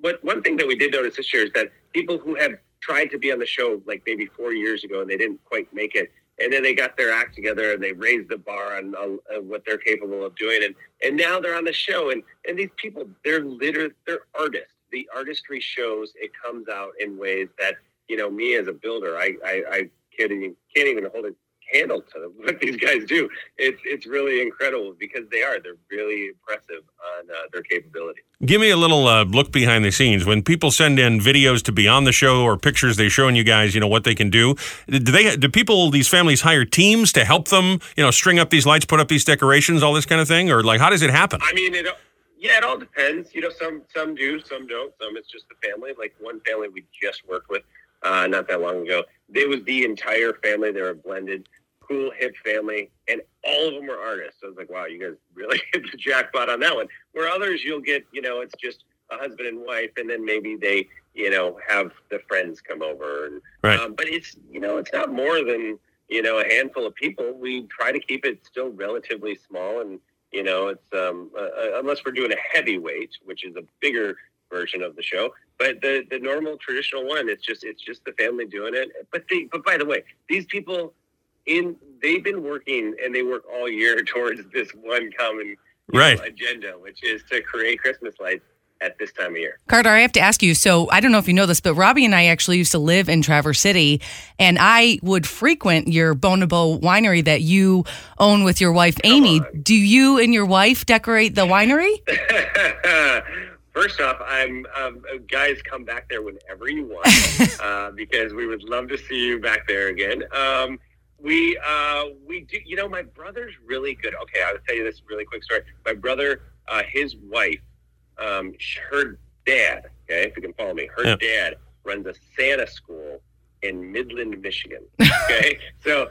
Speaker 6: What one thing that we did notice this year is that people who have tried to be on the show like maybe four years ago and they didn't quite make it, and then they got their act together and they raised the bar on uh, uh, what they're capable of doing and and now they're on the show and and these people they're literally they're artists the artistry shows it comes out in ways that you know me as a builder i i, I can't even can't even hold a candle to them, what these guys do it's it's really incredible because they are they're really impressive on uh, their capability
Speaker 1: Give me a little uh, look behind the scenes. When people send in videos to be on the show or pictures they're showing you guys, you know what they can do. Do they? Do people? These families hire teams to help them, you know, string up these lights, put up these decorations, all this kind of thing, or like how does it happen?
Speaker 6: I mean, it. Yeah, it all depends. You know, some some do, some don't. Some it's just the family. Like one family we just worked with uh, not that long ago. They was the entire family. They were a blended, cool hip family, and all of them were artists. I was like, wow, you guys really hit the jackpot on that one. Where others, you'll get, you know, it's just a husband and wife, and then maybe they, you know, have the friends come over. And,
Speaker 1: Right.
Speaker 6: um, but it's you know, it's not more than you know a handful of people. We try to keep it still relatively small and you know, it's um, uh, uh, unless we're doing a heavyweight, which is a bigger version of the show. But the the normal traditional one, it's just it's just the family doing it. But they, but by the way, these people in they've been working and they work all year towards this one common you know,
Speaker 1: Right.
Speaker 6: agenda, which is to create Christmas lights at this time of year.
Speaker 2: Carter, I have to ask you. So I don't know if you know this, but Robbie and I actually used to live in Traverse City, and I would frequent your Bonobo winery that you own with your wife Amy. Do you and your wife decorate the winery?
Speaker 6: First off, I'm um, uh, guys. Come back there whenever you want, uh, because we would love to see you back there again. Um, we uh, we do. You know, my brother's really good. Okay, I'll tell you this really quick story. My brother, uh, his wife, um, sh- her dad. Okay, if you can follow me, her
Speaker 1: Yeah.
Speaker 6: dad runs a Santa school in Midland, Michigan. Okay, so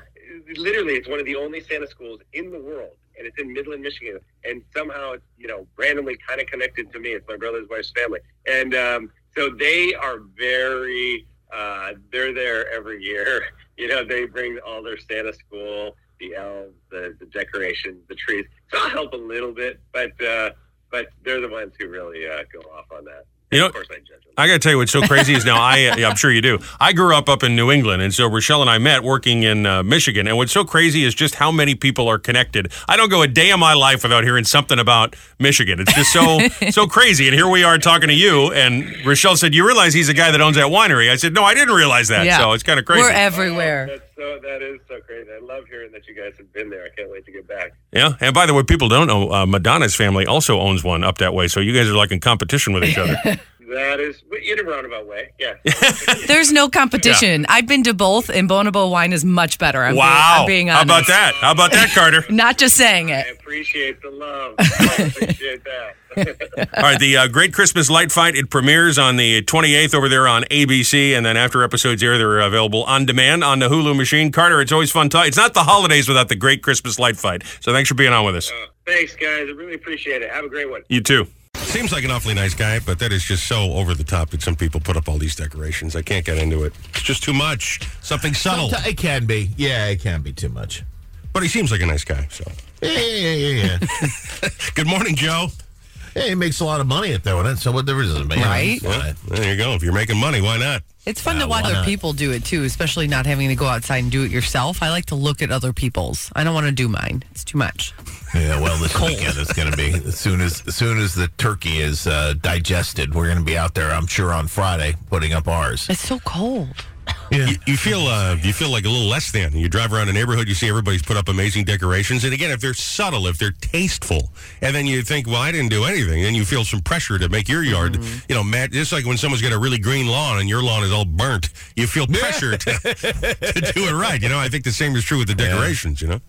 Speaker 6: literally, it's one of the only Santa schools in the world, and it's in Midland, Michigan. And somehow, it's you know, randomly kind of connected to me. It's my brother's wife's family, and um, so they are very. Uh, they're there every year. You know, they bring all their Santa school, the elves, the, the decorations, the trees. So I'll help a little bit, but uh, but they're the ones who really uh, go off on that.
Speaker 1: You know-
Speaker 6: of course, I judge them.
Speaker 1: I got to tell you what's so crazy is now I yeah, I'm sure you do. I grew up up in New England, and so Rochelle and I met working in uh, Michigan. And what's so crazy is just how many people are connected. I don't go a day of my life without hearing something about Michigan. It's just so so crazy. And here we are talking to you. And Rochelle said, "You realize he's the guy that owns that winery?" I said, "No, I didn't realize that."
Speaker 2: Yeah.
Speaker 1: So it's kind of crazy.
Speaker 2: We're everywhere.
Speaker 6: That's so that is so crazy. I love hearing that you guys have been there. I can't wait to get back.
Speaker 1: yeah. And by the way, people don't know uh, Madonna's family also owns one up that way. So you guys are like in competition with each other.
Speaker 6: That is in a roundabout way. Yeah.
Speaker 2: There's no competition. I've been to both, and Bonobo wine is much better. I'm
Speaker 1: wow.
Speaker 2: uh, Being, I'm being
Speaker 1: How
Speaker 2: honest.
Speaker 1: about that? How about that, Carter?
Speaker 2: Not just saying
Speaker 6: I
Speaker 2: it.
Speaker 6: appreciate the love. I appreciate that.
Speaker 1: All right, the uh, Great Christmas Light Fight it premieres on the 28th over there on ABC, and then after episodes air, they're available on demand on the Hulu machine. Carter, it's always fun. talk it's not the holidays without the Great Christmas Light Fight. So thanks for being on with us.
Speaker 6: Thanks, guys. I really appreciate it. Have a great one.
Speaker 1: You too.
Speaker 4: Seems like an awfully nice guy, but that is just so over the top that some people put up all these decorations. I can't get into it. It's just too much. Something subtle.
Speaker 3: Someti- it can be. Yeah, it can be too much.
Speaker 4: But he seems like a nice guy. So,
Speaker 3: Yeah, yeah, yeah, yeah. yeah.
Speaker 4: good morning, Joe.
Speaker 3: hey, it makes a lot of money at that one. So what difference does it make?
Speaker 5: Right.
Speaker 3: Yeah.
Speaker 4: There you go. If you're making money, why not?
Speaker 5: It's fun
Speaker 3: Yeah,
Speaker 5: to watch
Speaker 3: why
Speaker 5: other
Speaker 3: not?
Speaker 5: people do it too, especially not having to go outside and do it yourself. I like to look at other people's. I don't want to do mine. It's too much.
Speaker 3: Yeah, well, this weekend it's going to be as soon as as soon as the turkey is uh, digested, we're going to be out there. I'm sure on Friday putting up ours.
Speaker 5: It's so cold.
Speaker 3: Yeah.
Speaker 4: You, you feel uh, you feel like a little less than. You drive around a neighborhood, you see everybody's put up amazing decorations, and again, if they're subtle, if they're tasteful, and then you think, "Well, I didn't do anything," then you feel some pressure to make your yard, you know, Matt. It's like when someone's got a really green lawn and your lawn is all burnt, you feel pressure to, to do it right. You know, I think the same is true with the decorations. You know,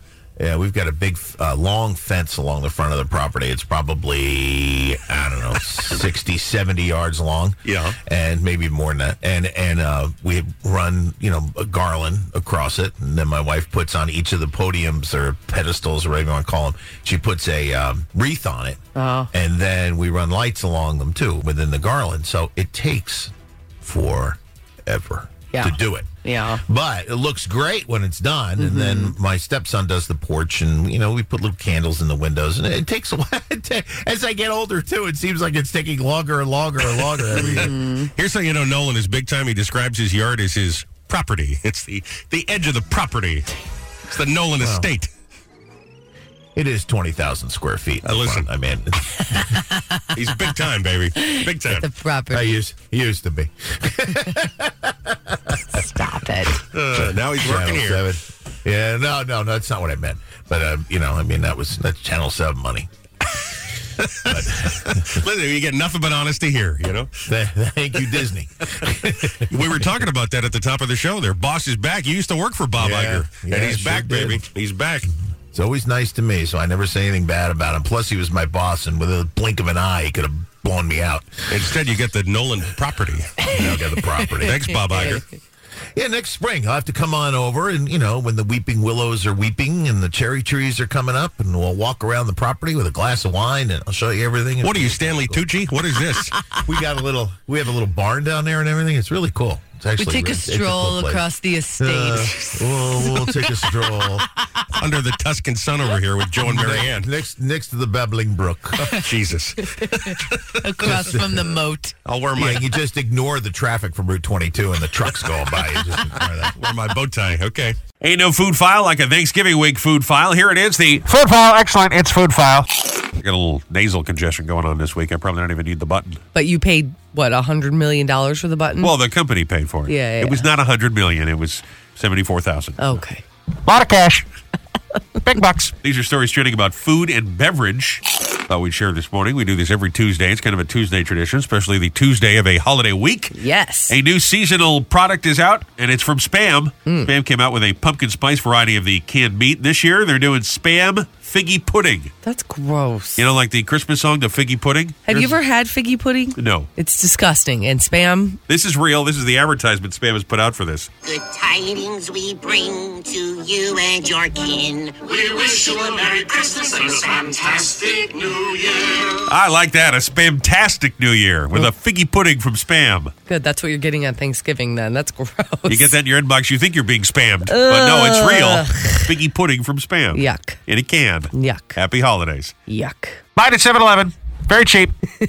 Speaker 3: Yeah, we've got a big, uh, long fence along the front of the property. It's probably, I don't know, 60, 70 yards long.
Speaker 4: Yeah.
Speaker 3: And maybe more than that. And, and uh, we run, you know, a garland across it. And then my wife puts on each of the podiums or pedestals or whatever you want to call them, she puts a um, wreath on it.
Speaker 5: Oh.
Speaker 3: And then we run lights along them too within the garland. So it takes forever
Speaker 5: Yeah.
Speaker 3: to do it.
Speaker 5: Yeah.
Speaker 3: But it looks great when it's done. And then my stepson does the porch, and you know we put little candles in the windows, and it, takes a while. It ta- As I get older too, it seems like it's taking longer and longer and longer every year.
Speaker 4: here's how you know Nolan is big time. He describes his yard as his property. It's the the edge of the property. It's the Nolan estate.
Speaker 3: It is twenty thousand square feet.
Speaker 4: Uh, listen.
Speaker 3: I mean,
Speaker 4: He's big time, baby. Big time.
Speaker 5: The property.
Speaker 3: I used used to be
Speaker 5: Stop it.
Speaker 4: Uh, now he's working
Speaker 3: Channel
Speaker 4: here.
Speaker 3: Seven. Yeah, no, no, no, that's not what I meant. But um, you know, I mean, that was that's Channel Seven money.
Speaker 4: Listen, you get nothing but honesty here, you know?
Speaker 3: Th- Thank you, Disney.
Speaker 4: We were talking about that at the top of the show. Their boss is back. You used to work for Bob
Speaker 3: Yeah.
Speaker 4: Iger.
Speaker 3: Yeah,
Speaker 4: and he's
Speaker 3: sure
Speaker 4: back,
Speaker 3: did.
Speaker 4: baby. He's back.
Speaker 3: It's always nice to me, so I never say anything bad about him. Plus, he was my boss, and with a blink of an eye, he could have blown me out.
Speaker 4: Instead, you get the Nolan property.
Speaker 3: Now got the property.
Speaker 4: Thanks, Bob Iger.
Speaker 3: Yeah, next spring I'll have to come on over, and you know when the weeping willows are weeping and the cherry trees are coming up, and we'll walk around the property with a glass of wine, and I'll show you everything.
Speaker 4: What are you, Stanley Tucci? What is this?
Speaker 3: We got a little. We have a little barn down there and everything. It's really cool. It's
Speaker 5: We
Speaker 3: actually
Speaker 5: take a
Speaker 3: really- it's
Speaker 5: stroll
Speaker 3: cool place.
Speaker 5: across the estate.
Speaker 3: Uh, we'll, we'll take a stroll
Speaker 4: Under the Tuscan sun over here with Joe and Marianne.
Speaker 3: next next to the babbling brook.
Speaker 4: Jesus.
Speaker 5: across from the moat.
Speaker 4: I'll wear
Speaker 3: Yeah,
Speaker 4: my
Speaker 3: you just ignore the traffic from Route 22 and the trucks going by. You just ignore that.
Speaker 4: wear my bow tie. Okay.
Speaker 1: Ain't no food file like a Thanksgiving week food file. Here it is. The
Speaker 7: Food file, excellent. It's food file.
Speaker 1: I got a little nasal congestion going on this week. I probably don't even need the button.
Speaker 2: But you paid what a hundred million dollars for the button.
Speaker 1: Well, the company paid for it.
Speaker 2: Yeah, yeah,
Speaker 1: It was not a hundred million. It was seventy four thousand.
Speaker 2: okay.
Speaker 7: A lot of cash. Big bucks.
Speaker 1: These are stories trending about food and beverage. Thought we'd share this morning. We do this every Tuesday. It's kind of a Tuesday tradition, especially the Tuesday of a holiday week.
Speaker 2: Yes.
Speaker 1: A new seasonal product is out, and it's from Spam.
Speaker 2: Hmm.
Speaker 1: Spam came out with a pumpkin spice variety of the canned meat this year. They're doing Spam figgy pudding.
Speaker 2: That's gross.
Speaker 1: You know, like the Christmas song, the figgy pudding.
Speaker 2: Have you ever had figgy pudding?
Speaker 1: No.
Speaker 2: It's disgusting. And spam,
Speaker 1: This is real. This is the advertisement Spam has put out for this.
Speaker 8: Good tidings we bring to you and your kin.
Speaker 9: We wish you a Merry Christmas and a fantastic New Year.
Speaker 1: I like that. A Spamtastic New Year with a figgy pudding from Spam.
Speaker 2: good. That's what you're getting on Thanksgiving then. That's gross.
Speaker 1: You get that in your inbox, you think you're being spammed. But no, it's real. Figgy pudding from Spam.
Speaker 2: Yuck.
Speaker 1: In a can.
Speaker 2: Yuck.
Speaker 1: Happy holidays.
Speaker 2: Yuck.
Speaker 7: Buy it at 7 Eleven. Very cheap.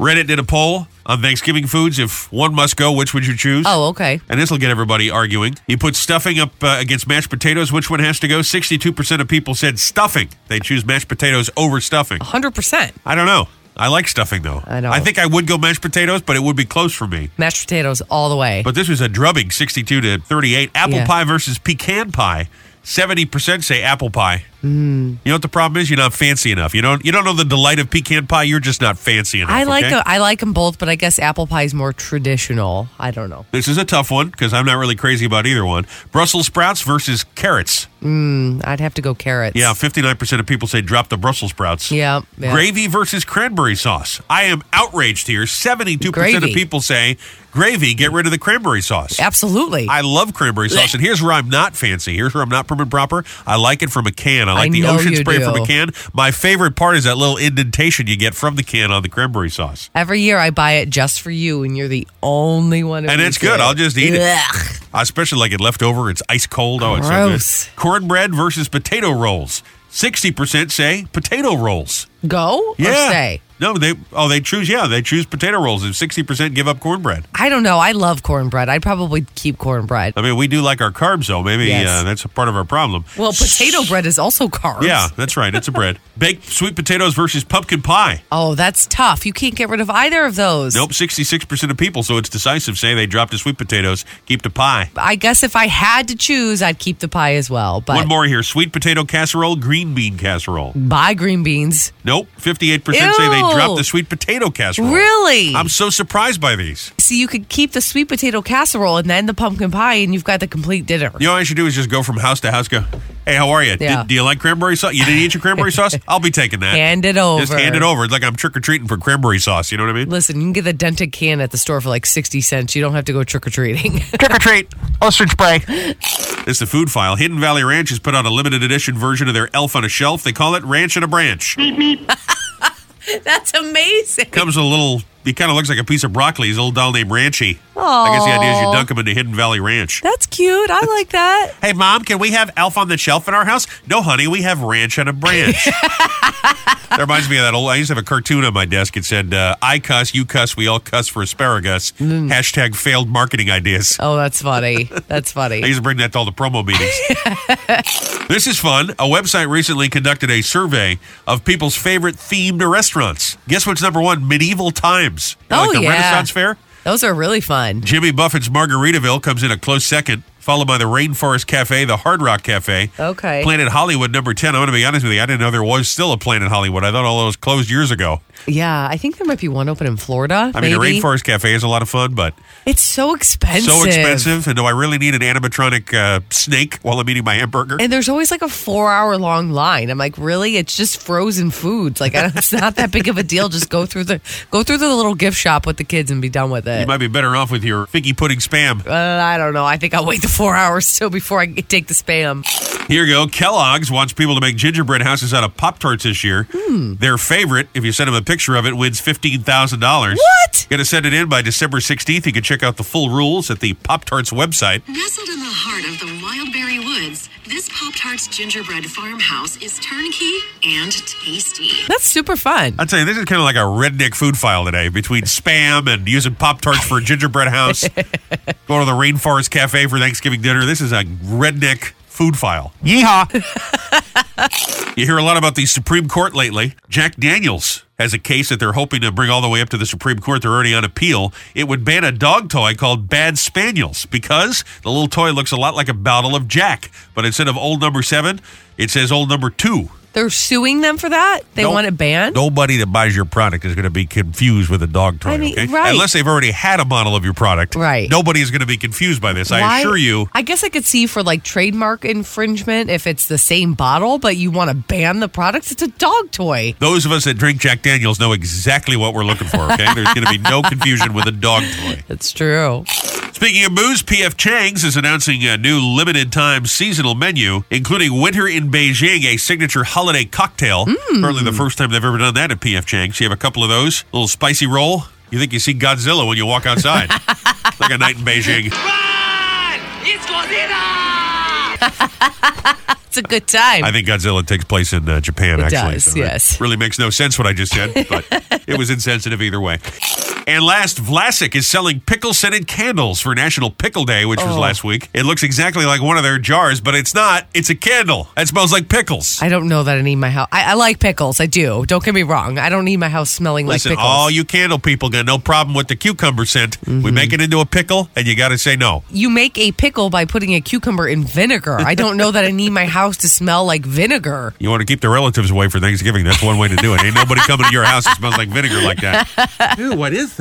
Speaker 1: Reddit did a poll on Thanksgiving foods. If one must go, which would you choose?
Speaker 2: Oh, okay.
Speaker 1: And this will get everybody arguing. You put stuffing up uh, against mashed potatoes. Which one has to go? 62% of people said stuffing. They choose mashed potatoes over stuffing.
Speaker 2: 100%.
Speaker 1: I don't know. I like stuffing, though.
Speaker 2: I don't-
Speaker 1: I think I would go mashed potatoes, but it would be close for me.
Speaker 2: Mashed potatoes all the way.
Speaker 1: But this was a drubbing, 62 to 38. Apple
Speaker 2: Yeah.
Speaker 1: pie versus pecan pie. 70% say apple pie.
Speaker 2: Hmm.
Speaker 1: You know what the problem is? You're not fancy enough. You don't you don't know the delight of pecan pie. You're just not fancy enough.
Speaker 2: I like
Speaker 1: okay?
Speaker 2: the, I like them both, but I guess apple pie is more traditional. I don't know.
Speaker 1: This is a tough one because I'm not really crazy about either one. Brussels sprouts versus carrots.
Speaker 2: I'd have to go carrots.
Speaker 1: Yeah, 59% of people say drop the Brussels sprouts.
Speaker 2: Yeah, yeah.
Speaker 1: Gravy versus cranberry sauce. I am outraged here. 72% of
Speaker 2: Gravy.
Speaker 1: people say gravy, get rid of the cranberry sauce.
Speaker 2: Absolutely.
Speaker 1: I love cranberry sauce, and here's where I'm not fancy. Here's where I'm not prim and proper. I like it from a can. I like the
Speaker 2: know
Speaker 1: ocean
Speaker 2: you
Speaker 1: spray from a
Speaker 2: do.
Speaker 1: can. My favorite part is that little indentation you get from the can on the cranberry sauce.
Speaker 2: Every year I buy it just for you, and you're the only one. who
Speaker 1: And
Speaker 2: eats
Speaker 1: it's good.
Speaker 2: It.
Speaker 1: I'll just eat it.
Speaker 2: Ugh.
Speaker 1: I especially like it left over. It's ice cold. Oh, it's
Speaker 2: Gross.
Speaker 1: so good. Cornbread versus potato rolls. 60% say potato rolls.
Speaker 2: Go or
Speaker 1: Yeah.
Speaker 2: stay.
Speaker 1: No, they oh they choose yeah, they choose potato rolls and 60% give up cornbread.
Speaker 2: I don't know. I love cornbread. I'd probably keep cornbread.
Speaker 1: I mean, we do like our carbs though. Maybe
Speaker 2: Yes.
Speaker 1: uh, that's a part of our problem.
Speaker 2: Well, potato bread is also carbs.
Speaker 1: Yeah, that's right. It's a bread. Baked sweet potatoes versus pumpkin pie.
Speaker 2: Oh, that's tough. You can't get rid of either of those.
Speaker 1: Nope, 66% of people, so it's decisive, say they dropped the sweet potatoes, keep the pie.
Speaker 2: I guess if I had to choose, I'd keep the pie as well. But
Speaker 1: One more here sweet potato casserole, green bean casserole.
Speaker 2: buy green beans.
Speaker 1: Nope, 58% say they
Speaker 2: Ew.
Speaker 1: dropped the sweet potato casserole.
Speaker 2: Really?
Speaker 1: Oh. I'm so surprised by these.
Speaker 2: so you could keep the sweet potato casserole and then the pumpkin pie, and you've got the complete dinner.
Speaker 1: You know what I should do is just go from house to house, go, hey, how are you?
Speaker 2: Yeah.
Speaker 1: Did, do you like cranberry sauce? You didn't eat your cranberry sauce? I'll be taking that.
Speaker 2: Hand it
Speaker 1: Just
Speaker 2: over.
Speaker 1: hand it over. It's like I'm trick or treating for cranberry sauce. You know what I mean?
Speaker 2: Listen, you can get the dented can at the store for like 60 cents. You don't have to go trick or treating.
Speaker 7: Trick or treat. Ostrich spray.
Speaker 1: It's the food file. Hidden Valley Ranch has put out a limited edition version of their Elf on a Shelf. They call it Ranch on a Branch.
Speaker 2: That's amazing.
Speaker 1: Comes with a little. He kind of looks like a piece of broccoli. He's a little doll named Ranchy. I guess the idea is you dunk him into Hidden Valley Ranch.
Speaker 2: That's cute. I like that.
Speaker 1: Hey, mom, can we have Elf on the Shelf in our house? No, honey, we have Ranch on a Branch. that reminds me of that old. I used to have a cartoon on my desk. It said, uh, "I cuss, you cuss, we all cuss for asparagus." Hashtag failed marketing ideas.
Speaker 2: Oh, that's funny. That's
Speaker 1: I
Speaker 2: funny.
Speaker 1: used to bring that to all the promo meetings. this is fun. A website recently conducted a survey of people's favorite themed restaurants. Guess what's number one? Medieval Times. Kinda
Speaker 2: Oh,
Speaker 1: like the
Speaker 2: yeah.
Speaker 1: Renaissance Fair.
Speaker 2: Those are really fun.
Speaker 1: Jimmy Buffett's Margaritaville comes in a close second, followed by the Rainforest Cafe, the Hard Rock Cafe.
Speaker 2: Okay.
Speaker 1: Planet Hollywood number 10. I'm going to be honest with you. I didn't know there was still a Planet Hollywood. I thought all those closed years ago.
Speaker 2: Yeah, I think there might be one open in Florida.
Speaker 1: I mean,
Speaker 2: maybe.
Speaker 1: the Rainforest Cafe is a lot of fun, but
Speaker 2: It's so expensive.
Speaker 1: so expensive. And do I really need an animatronic uh, snake while I'm eating my hamburger?
Speaker 2: And there's always like a four hour long line. I'm like, really? It's just frozen foods. Like, I don't, it's not that big of a deal. Just go through the go through the little gift shop with the kids and be done with
Speaker 1: you
Speaker 2: it.
Speaker 1: might be better off with your figgy pudding spam.
Speaker 2: Uh, I don't know. I think I'll wait the four hours still before I get- take the spam.
Speaker 1: Here you go. Kellogg's wants people to make gingerbread houses out of Pop Tarts this year.
Speaker 2: Hmm.
Speaker 1: Their favorite, if you send them a picture of it, wins $15,000.
Speaker 2: What?
Speaker 1: Going to send it in by December 16th. You can check out the full rules at the Pop Tarts website.
Speaker 8: Nestled in the heart of the Wildberry Woods, this Pop Tarts gingerbread farmhouse is turnkey and tasty.
Speaker 2: That's super fun.
Speaker 1: I'd say this is kind of like a redneck food file today between spam and using Pop Tarts for a gingerbread house, going to the Rainforest Cafe for Thanksgiving dinner. This is a redneck food file.
Speaker 7: Yeehaw.
Speaker 1: You hear a lot about the Supreme Court lately. Jack Daniels has a case that they're hoping to bring all the way up to the Supreme Court. They're already on appeal. It would ban a dog toy called Bad Spaniels because the little toy looks a lot like a bottle of Jack, but instead of old number seven, it says old number two.
Speaker 2: They're suing them for that? They
Speaker 1: Nope.
Speaker 2: want it banned?
Speaker 1: Nobody that buys your product is going to be confused with a dog toy.
Speaker 2: I mean,
Speaker 1: okay?
Speaker 2: right.
Speaker 1: Unless they've already had a model of your product.
Speaker 2: Right.
Speaker 1: Nobody is going to be confused by this. I
Speaker 2: Why-
Speaker 1: assure you.
Speaker 2: I guess I could see for like trademark infringement if it's the same bottle, but you want to ban the products. It's a dog toy.
Speaker 1: Those of us that drink Jack Daniels know exactly what we're looking for, okay? There's going to be no confusion with a dog toy.
Speaker 2: That's true.
Speaker 1: Speaking of booze, PF Chang's is announcing a new limited time seasonal menu, including Winter in Beijing, a signature holiday cocktail.
Speaker 2: Mm.
Speaker 1: Apparently, the first time they've ever done that at PF Chang's. You have a couple of those, little spicy roll. You think you see Godzilla when you walk outside. It's like a night in Beijing.
Speaker 2: It's a good time.
Speaker 1: I think Godzilla takes place in uh, Japan,
Speaker 2: It
Speaker 1: actually.
Speaker 2: does,
Speaker 1: so it
Speaker 2: yes.
Speaker 1: Really makes no sense what I just said, but it was insensitive either way. And last, Vlasic is selling pickle scented candles for National Pickle Day, which
Speaker 2: Oh.
Speaker 1: was last week. It looks exactly like one of their jars, but it's not. It's a candle. That smells like pickles.
Speaker 2: I don't know that I need my house. I, I like pickles. I do. Don't get me wrong. I don't need my house smelling
Speaker 1: Listen,
Speaker 2: like pickles.
Speaker 1: all you candle people got no problem with the cucumber scent.
Speaker 2: Mm-hmm.
Speaker 1: We make it into a pickle, and you got to say no.
Speaker 2: you make a pickle by putting a cucumber in vinegar. I don't know that I need my house to smell like vinegar.
Speaker 1: You want to keep the relatives away for Thanksgiving. That's one way to do it. Ain't nobody coming to your house that smells like vinegar like that. Ew, what is that?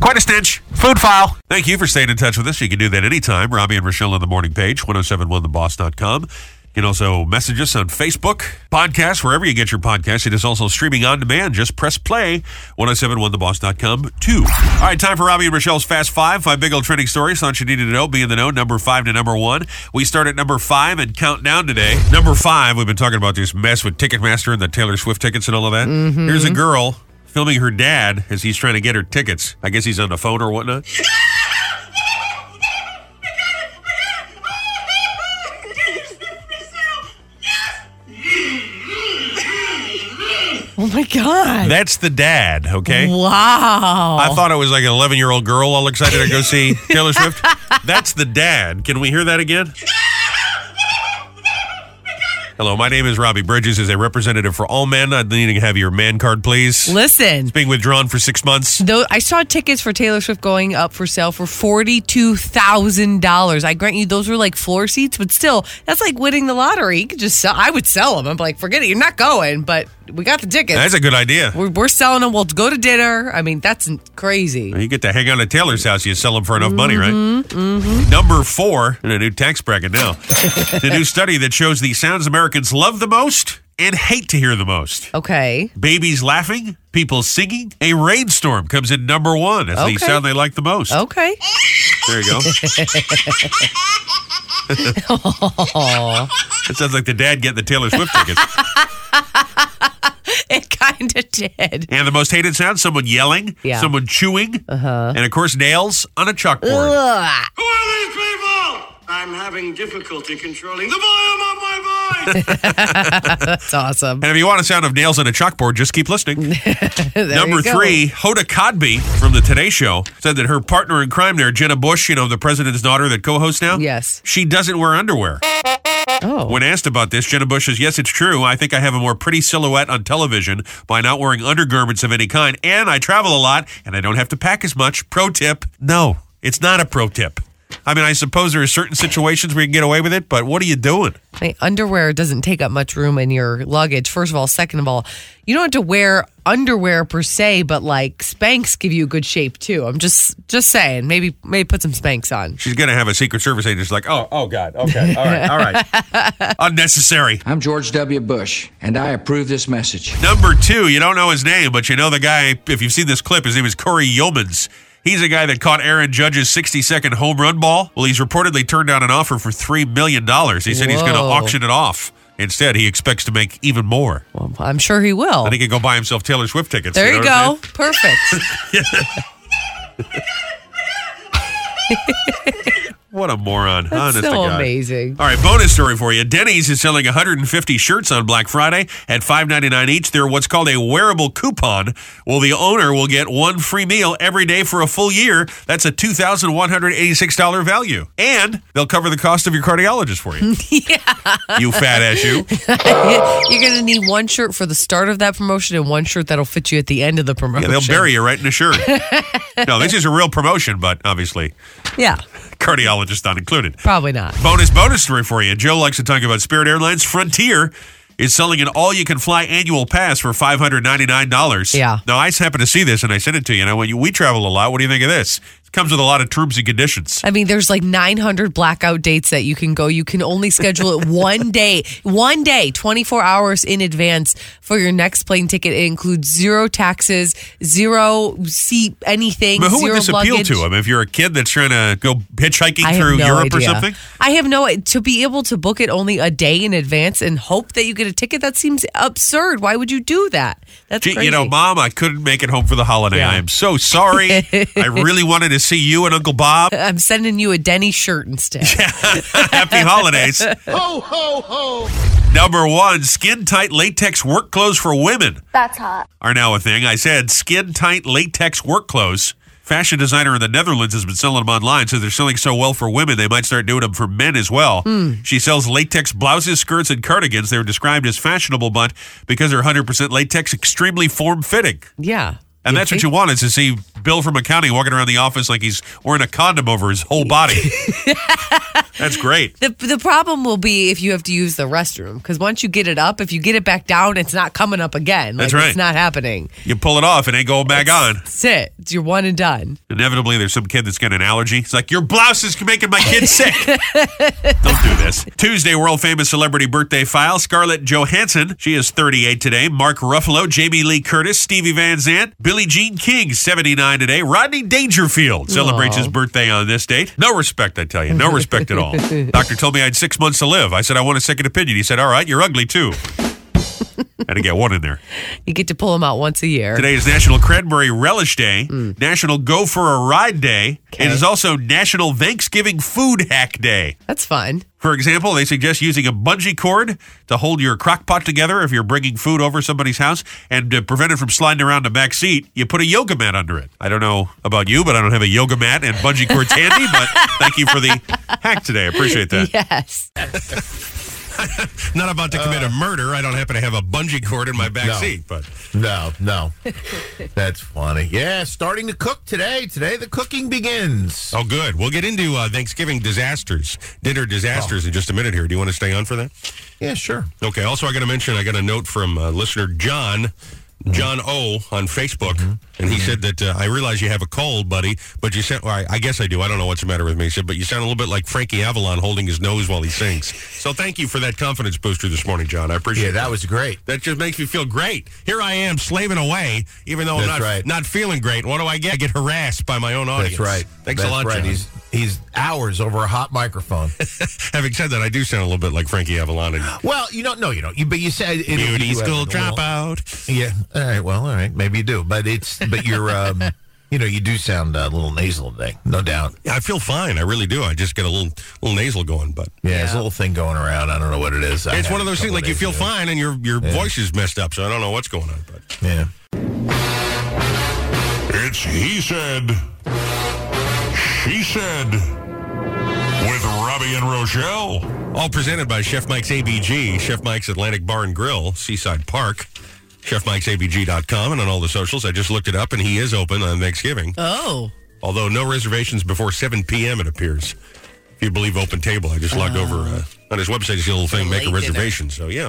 Speaker 1: Quite a stench.
Speaker 7: Food file.
Speaker 1: Thank you for staying in touch with us. You can do that anytime. Robbie and Rochelle on the morning page, 1071theboss.com. You can also message us on Facebook, podcast, wherever you get your podcast. It is also streaming on demand. Just press play, 1071theboss.com, too. All right, time for Robbie and Rochelle's Fast Five. Five big old trending stories. Thought you needed to know. Be in the know. Number five to number one. We start at number five and count down today. Number five, we've been talking about this mess with Ticketmaster and the Taylor Swift tickets and all of that. Here's a girl filming her dad as he's trying to get her tickets. I guess he's on the phone or whatnot.
Speaker 2: Oh my god!
Speaker 1: That's the dad, okay?
Speaker 2: Wow.
Speaker 1: I thought it was like an 11 year old girl all excited to go see Taylor Swift. That's the dad. Can we hear that again? Hello, my name is Robbie Bridges. As a representative for all men, I'd need to have your man card, please.
Speaker 2: Listen.
Speaker 1: Being withdrawn for six months.
Speaker 2: Though I saw tickets for Taylor Swift going up for sale for forty two thousand dollars. I grant you, those were like floor seats, but still, that's like winning the lottery. You could just sell. I would sell them. I'm like, forget it. You're not going, but we got the tickets.
Speaker 1: That's a good idea.
Speaker 2: we're, we're selling them. We'll go to dinner. I mean, that's crazy.
Speaker 1: You get to hang out at Taylor's house. You sell them for enough money, right? Number four in a new tax bracket now. the new study that shows the sounds Americans love the most and hate to hear the most.
Speaker 2: Okay.
Speaker 1: Babies laughing, people singing. A rainstorm comes in number one as
Speaker 2: Okay. Oh.
Speaker 1: the sound they like the most.
Speaker 2: Okay.
Speaker 1: There you go. that sounds like the dad getting the Taylor Swift tickets.
Speaker 2: It kind of did.
Speaker 1: and the most hated sound someone yelling,
Speaker 2: Yeah.
Speaker 1: someone chewing, uh-huh. and of course, nails on a chalkboard.
Speaker 2: Ugh.
Speaker 9: Who are these people? I'm having difficulty controlling the volume of my voice.
Speaker 2: That's awesome.
Speaker 1: And if you want a sound of nails on a chalkboard, just keep listening.
Speaker 2: There
Speaker 1: Number
Speaker 2: you go.
Speaker 1: three, Hoda Kotb from the Today Show said that her partner in crime there, Jenna Bush, you know, the president's daughter that co-hosts now.
Speaker 2: Yes.
Speaker 1: She doesn't wear underwear.
Speaker 2: Oh.
Speaker 1: When asked about this, Jenna Bush says, Yes, it's true. I think I have a more pretty silhouette on television by not wearing undergarments of any kind. And I travel a lot and I don't have to pack as much. Pro tip no, it's not a pro tip. I mean, I suppose there are certain situations where you can get away with it, but what are you doing?
Speaker 2: My underwear doesn't take up much room in your luggage. First of all, second of all, you don't have to wear underwear per se, but like Spanx give you good shape too. I'm just just saying, maybe maybe put some Spanx on.
Speaker 1: She's going to have a Secret Service agent. She's like, Oh, oh, God. Okay. All right. All right. Unnecessary.
Speaker 10: I'm George W. Bush, and I approve this message.
Speaker 1: Number two, you don't know his name, but you know the guy, if you've seen this clip, his name is Corey Yeomans. He's a guy that caught Aaron Judge's 60 second home run ball. Well, he's reportedly turned down an offer for $3 million. He said he's going to
Speaker 2: Whoa.
Speaker 1: auction it off. Instead, he expects to make even more.
Speaker 2: Well, I'm sure he will.
Speaker 1: Then he can go buy himself Taylor Swift tickets.
Speaker 2: There you
Speaker 1: know what I'm
Speaker 2: go. Perfect.
Speaker 1: saying? What a moron.
Speaker 2: That's
Speaker 1: Honest to
Speaker 2: so
Speaker 1: God.
Speaker 2: amazing.
Speaker 1: All right, bonus story for you. Denny's is selling 150 shirts on Black Friday at $5.99 each. They're what's called a wearable coupon. Well, the owner will get one free meal every day for a full year. That's a $2,186 value. And they'll cover the cost of your cardiologist for you. yeah. You fat ass you.
Speaker 2: You're going to need one shirt for the start of that promotion and one shirt that'll fit you at the end of the
Speaker 1: Yeah,
Speaker 2: promotion.
Speaker 1: they'll bury you right in a shirt. no, this is a real promotion, but obviously,
Speaker 2: Yeah,
Speaker 1: cardiologist not included.
Speaker 2: probably not.
Speaker 1: Bonus bonus story for you. Joe likes to talk about Spirit Airlines. Frontier is selling an all-you-can-fly annual pass for five hundred ninety-nine dollars.
Speaker 2: Yeah.
Speaker 1: Now I just happened to see this and I sent it to you, and I went, "We travel a lot. What do you think of this?" It comes with a lot of terms and conditions.
Speaker 2: I mean, there's like 900 blackout dates that you can go. You can only schedule it one day, one day, 24 hours in advance for your next plane ticket. It includes zero taxes, zero seat, anything.
Speaker 1: But who
Speaker 2: zero
Speaker 1: would this appeal
Speaker 2: luggage.
Speaker 1: to? I mean, if you're a kid that's trying to go hitchhiking
Speaker 2: I have
Speaker 1: through
Speaker 2: no
Speaker 1: Europe or
Speaker 2: idea.
Speaker 1: something,
Speaker 2: I have no to be able to book it only a day in advance and hope that you get a ticket. That seems absurd. Why would you do that? That's
Speaker 1: Gee,
Speaker 2: crazy.
Speaker 1: you know, Mom, I couldn't make it home for the holiday. I am so sorry. I really wanted to see you and Uncle Bob.
Speaker 2: I'm sending you a Denny shirt instead.
Speaker 1: Happy holidays.
Speaker 9: Ho, ho, ho!
Speaker 1: Number one, skin tight latex work clothes for women.
Speaker 11: That's hot.
Speaker 1: are now a thing. I said skin tight latex work clothes. Fashion designer in the Netherlands has been selling them online, so they're selling so well for women, they might start doing them for men as well.
Speaker 9: Hmm.
Speaker 1: She sells latex blouses, skirts, and cardigans. They're described as fashionable, but because they're 100% latex, extremely form fitting.
Speaker 2: Yeah.
Speaker 1: And that's what you want is to see Bill from accounting walking around the office like he's wearing a condom over his whole body. that's great.
Speaker 2: The, the problem will be if you have to use the restroom because once you get it up, if you get it back down, it's not coming up again.
Speaker 1: That's
Speaker 2: Like,
Speaker 1: right.
Speaker 2: It's not happening.
Speaker 1: You pull it off and ain't going back on.
Speaker 2: That's it. It's your one and done.
Speaker 1: Inevitably, there's some kid that's got an allergy. It's like, your blouse is making my kid sick. Don't do this. Tuesday, world famous celebrity birthday file. Scarlett Johansson, she is 38 today. Mark Ruffalo, Jamie Lee Curtis, Stevie Van Zandt, Billie Jean King, 79 today. Rodney Dangerfield celebrates
Speaker 2: Aw.
Speaker 1: his birthday on this date. No respect, I tell you. No respect at all. Doctor told me I had six months to live. I said, I want a second opinion. He said, All right, you're ugly too. Had to get one in there.
Speaker 2: You get to pull them out once a year.
Speaker 1: Today is National Cranberry Relish Day, National Go for a Ride Day. It is also National Thanksgiving Food Hack Day.
Speaker 2: That's fun.
Speaker 1: For example, they suggest using a bungee cord to hold your crock pot together if you're bringing food over somebody's house and to prevent it from sliding around the back seat, you put a yoga mat under it. I don't know about you, but I don't have a yoga mat and bungee cords handy, but thank you for the hack today. I appreciate that.
Speaker 2: Yes.
Speaker 4: Not about to commit a murder. I don't happen to have a bungee cord in my back
Speaker 3: No.
Speaker 4: seat, but
Speaker 3: No, no. That's funny. Yeah, starting to cook today. Today the cooking begins.
Speaker 4: oh, good. We'll get into uh, Thanksgiving disasters, dinner disasters in just a minute here. Do you want to stay on for that?
Speaker 3: Yeah, sure.
Speaker 4: Okay. Also, I got to mention, I got a note from uh, listener John, John O on Facebook, and he said that uh, I realize you have a cold, buddy, but you said, well, I, I guess I do. I don't know what's the matter with me. He said, but you sound a little bit like Frankie Avalon holding his nose while he sings. so thank you for that confidence booster this morning, John. I appreciate
Speaker 3: Yeah,
Speaker 4: it.
Speaker 3: that was great.
Speaker 4: That just makes me feel great. Here I am slaving away, even though
Speaker 3: That's
Speaker 4: I'm not
Speaker 3: right.
Speaker 4: not feeling great. What do I get? I get harassed by my own audience.
Speaker 3: That's right.
Speaker 4: Thanks
Speaker 3: That's
Speaker 4: a lot,
Speaker 3: right.
Speaker 4: John.
Speaker 3: He's he's hours over a hot microphone.
Speaker 4: Having said that, I do sound a little bit like Frankie Avalon. And
Speaker 3: well, you don't know, you don't. You but you said it,
Speaker 4: beauty
Speaker 3: Oh, you have
Speaker 4: school
Speaker 3: it a little-
Speaker 4: dropout.
Speaker 3: Yeah. All right. Well, all right. Maybe you do, but it's but you're um, you know, you do sound a little nasal today, no doubt.
Speaker 4: Yeah, I feel fine. I really do. I just get a little little nasal going, but
Speaker 3: Yeah, there's a little thing going around. I don't know what it is. I
Speaker 4: it's
Speaker 3: had
Speaker 4: one of
Speaker 3: it a
Speaker 4: those things
Speaker 3: couple
Speaker 4: like you
Speaker 3: days
Speaker 4: feel
Speaker 3: ago.
Speaker 4: fine and your your voice is messed up, so I don't know what's going on. But
Speaker 3: Yeah.
Speaker 12: It's He Said, She Said, with Robbie and Rochelle.
Speaker 4: all presented by Chef Mike's ABG, Chef Mike's Atlantic Bar and Grill, Seaside Park. ChefMike'sABG.com and on all the socials. I just looked it up and he is open on Thanksgiving.
Speaker 5: Oh,
Speaker 4: Although no reservations before 7 p.m. it appears. If you believe Open Table, I just logged over uh, on his website. You see a little thing, make
Speaker 5: late
Speaker 4: a
Speaker 5: dinner.
Speaker 4: reservation. So yeah,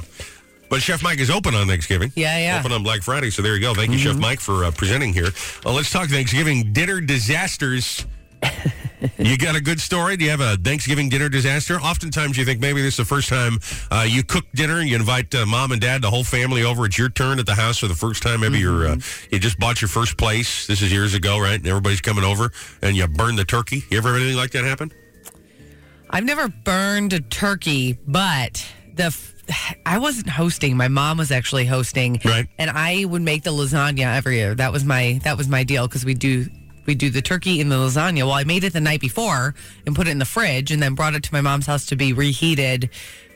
Speaker 4: but Chef Mike is open on Thanksgiving.
Speaker 5: Yeah, yeah. Mm-hmm.
Speaker 4: Open on Black Friday. So there you go. Thank you, Chef Mike, for uh, presenting here. Uh, let's talk Thanksgiving dinner disasters. you got a good story? Do you have a Thanksgiving dinner disaster? Oftentimes, you think maybe this is the first time uh, you cook dinner. You invite uh, mom and dad, the whole family over. It's your turn at the house for the first time. Maybe you're uh,
Speaker 5: Mm-hmm.
Speaker 4: you just bought your first place. This is years ago, right? And everybody's coming over, and you burn the turkey. You ever have anything like that happen?
Speaker 5: I've never burned a turkey, but the f- I wasn't hosting. My mom was actually hosting,
Speaker 4: Right.
Speaker 5: And I would make the lasagna every year. That was my that was my deal because we do
Speaker 2: we do the turkey and the lasagna. Well, I made it the night before and put it in the fridge and then brought it to my mom's house to be reheated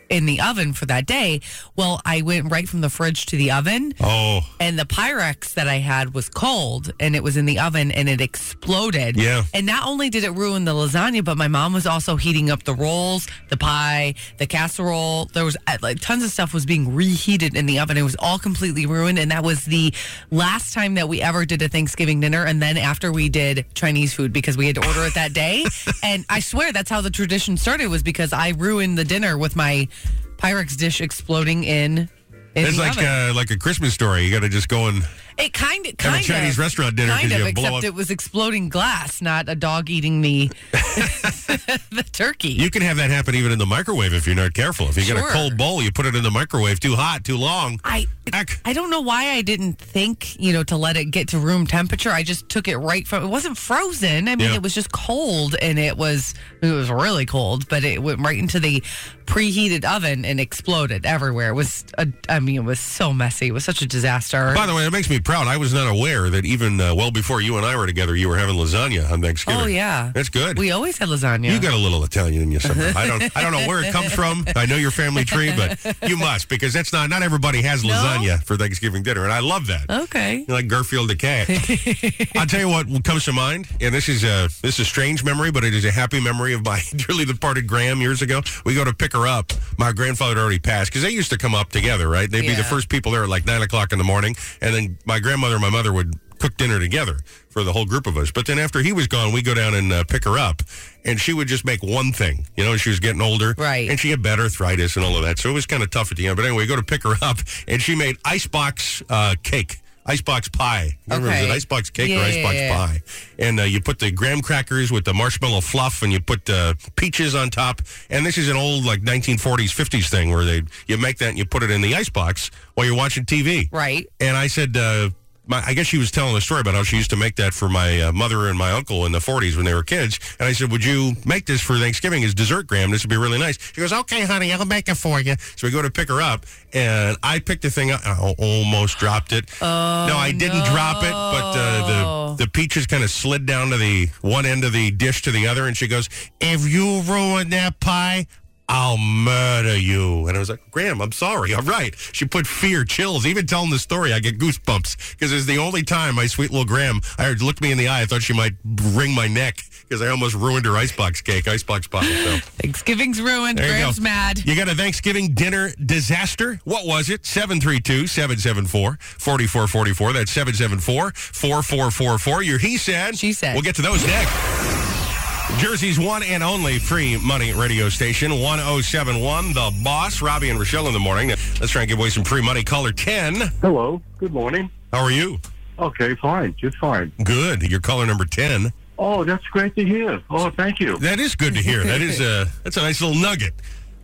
Speaker 2: in the oven for that day. Well, I went right from the fridge to the oven.
Speaker 4: Oh.
Speaker 2: And the Pyrex that I had was cold and it was in the oven and it exploded.
Speaker 4: Yeah.
Speaker 2: And not only did it ruin the lasagna, but my mom was also heating up the rolls, the pie, the casserole. There was uh, like tons of stuff was being reheated in the oven. It was all completely ruined. And that was the last time that we ever did a Thanksgiving dinner. And then after we did Chinese food because we had to order it that day. and I swear that's how the tradition started was because I ruined the dinner with my Pyrex dish exploding in. in
Speaker 4: it's
Speaker 2: the
Speaker 4: like
Speaker 2: oven.
Speaker 4: uh, like a Christmas story. You got to just go and
Speaker 2: It kind of,
Speaker 4: Have a
Speaker 2: kind
Speaker 4: Chinese
Speaker 2: of,
Speaker 4: restaurant dinner
Speaker 2: kind
Speaker 4: 'cause
Speaker 2: of,
Speaker 4: you blow
Speaker 2: except
Speaker 4: up-
Speaker 2: it was exploding glass, not a dog eating the the turkey.
Speaker 4: you can have that happen even in the microwave if you're not careful. If you got
Speaker 2: Sure.
Speaker 4: a cold bowl, you put it in the microwave too hot, too long.
Speaker 2: I I don't know why I didn't think you know to let it get to room temperature. I just took it right from. It wasn't frozen. I mean,
Speaker 4: Yeah.
Speaker 2: it was just cold, and it was it was really cold. But it went right into the preheated oven and exploded everywhere. It was a, I mean, it was so messy. It was such a disaster.
Speaker 4: By the way, it makes me proud. I was not aware that even uh, well before you and I were together, you were having lasagna on Thanksgiving.
Speaker 2: Oh yeah,
Speaker 4: that's good.
Speaker 2: We always had lasagna.
Speaker 4: You got a little Italian in you somehow. I don't. I don't know where it comes from. I know your family tree, but you must because that's not. Not everybody has lasagna for Thanksgiving dinner, and I love that.
Speaker 2: Okay.
Speaker 4: You're like Garfield the cat. I'll tell you what comes to mind, and this is a this is a strange memory, but it is a happy memory of my dearly departed Graham years ago. We go to pick her up. My grandfather had already passed because they used to come up together, right? They'd be the
Speaker 13: Yeah.
Speaker 4: first people there at like nine o'clock in the morning, and then my grandmother and my mother would cook dinner together for the whole group of us. But then after he was gone, we go down and uh, pick her up, and she would just make one thing. You know, she was getting older, right? And she had bad arthritis and all of that, so it was kind of tough at the end. But anyway, we go to pick her up, and she made icebox uh, cake. Icebox pie. Remember, it was
Speaker 13: Okay.
Speaker 4: an icebox cake or
Speaker 13: Yeah, yeah,
Speaker 4: icebox
Speaker 13: yeah.
Speaker 4: pie. And uh, you put the graham crackers with the marshmallow fluff and you put uh, peaches on top. And this is an old, like, 1940s, 50s thing where they you make that and you put it in the icebox while you're watching TV.
Speaker 2: Right.
Speaker 4: And I said, uh, my, I guess she was telling a story about how she used to make that for my uh, mother and my uncle in the 40s when they were kids. And I said, Would you make this for Thanksgiving as dessert, Graham? This would be really nice. She goes, Okay, honey, I'll make it for you. So we go to pick her up, and I picked the thing up. and I almost dropped it. no, I didn't drop it, but uh, the, the peaches kind of slid down to the one end of the dish to the other. And she goes, If you ruin that pie, I'll murder you. And I was like, Graham, I'm sorry. I'm right. She put fear, chills. Even telling the story, I get goosebumps because it's the only time my sweet little Graham I heard, looked me in the eye. I thought she might wring my neck because I almost ruined her icebox cake, icebox pie. So.
Speaker 2: Thanksgiving's ruined.
Speaker 4: There you
Speaker 2: Graham's
Speaker 4: go.
Speaker 2: mad.
Speaker 4: You got a Thanksgiving dinner disaster? What was it? 732 774 4444. That's 774 4444. Your He Said. She Said. We'll get to those next. Jersey's one and only free money radio station, 1071. The boss, Robbie and Rochelle in the morning. Let's try and give away some free money. Caller 10.
Speaker 14: Hello. Good morning.
Speaker 4: How are you?
Speaker 14: Okay, fine. Just fine.
Speaker 4: Good. You're caller number 10.
Speaker 14: Oh, that's great to hear. Oh, thank you.
Speaker 4: That is good to hear. That is a that's a nice little nugget.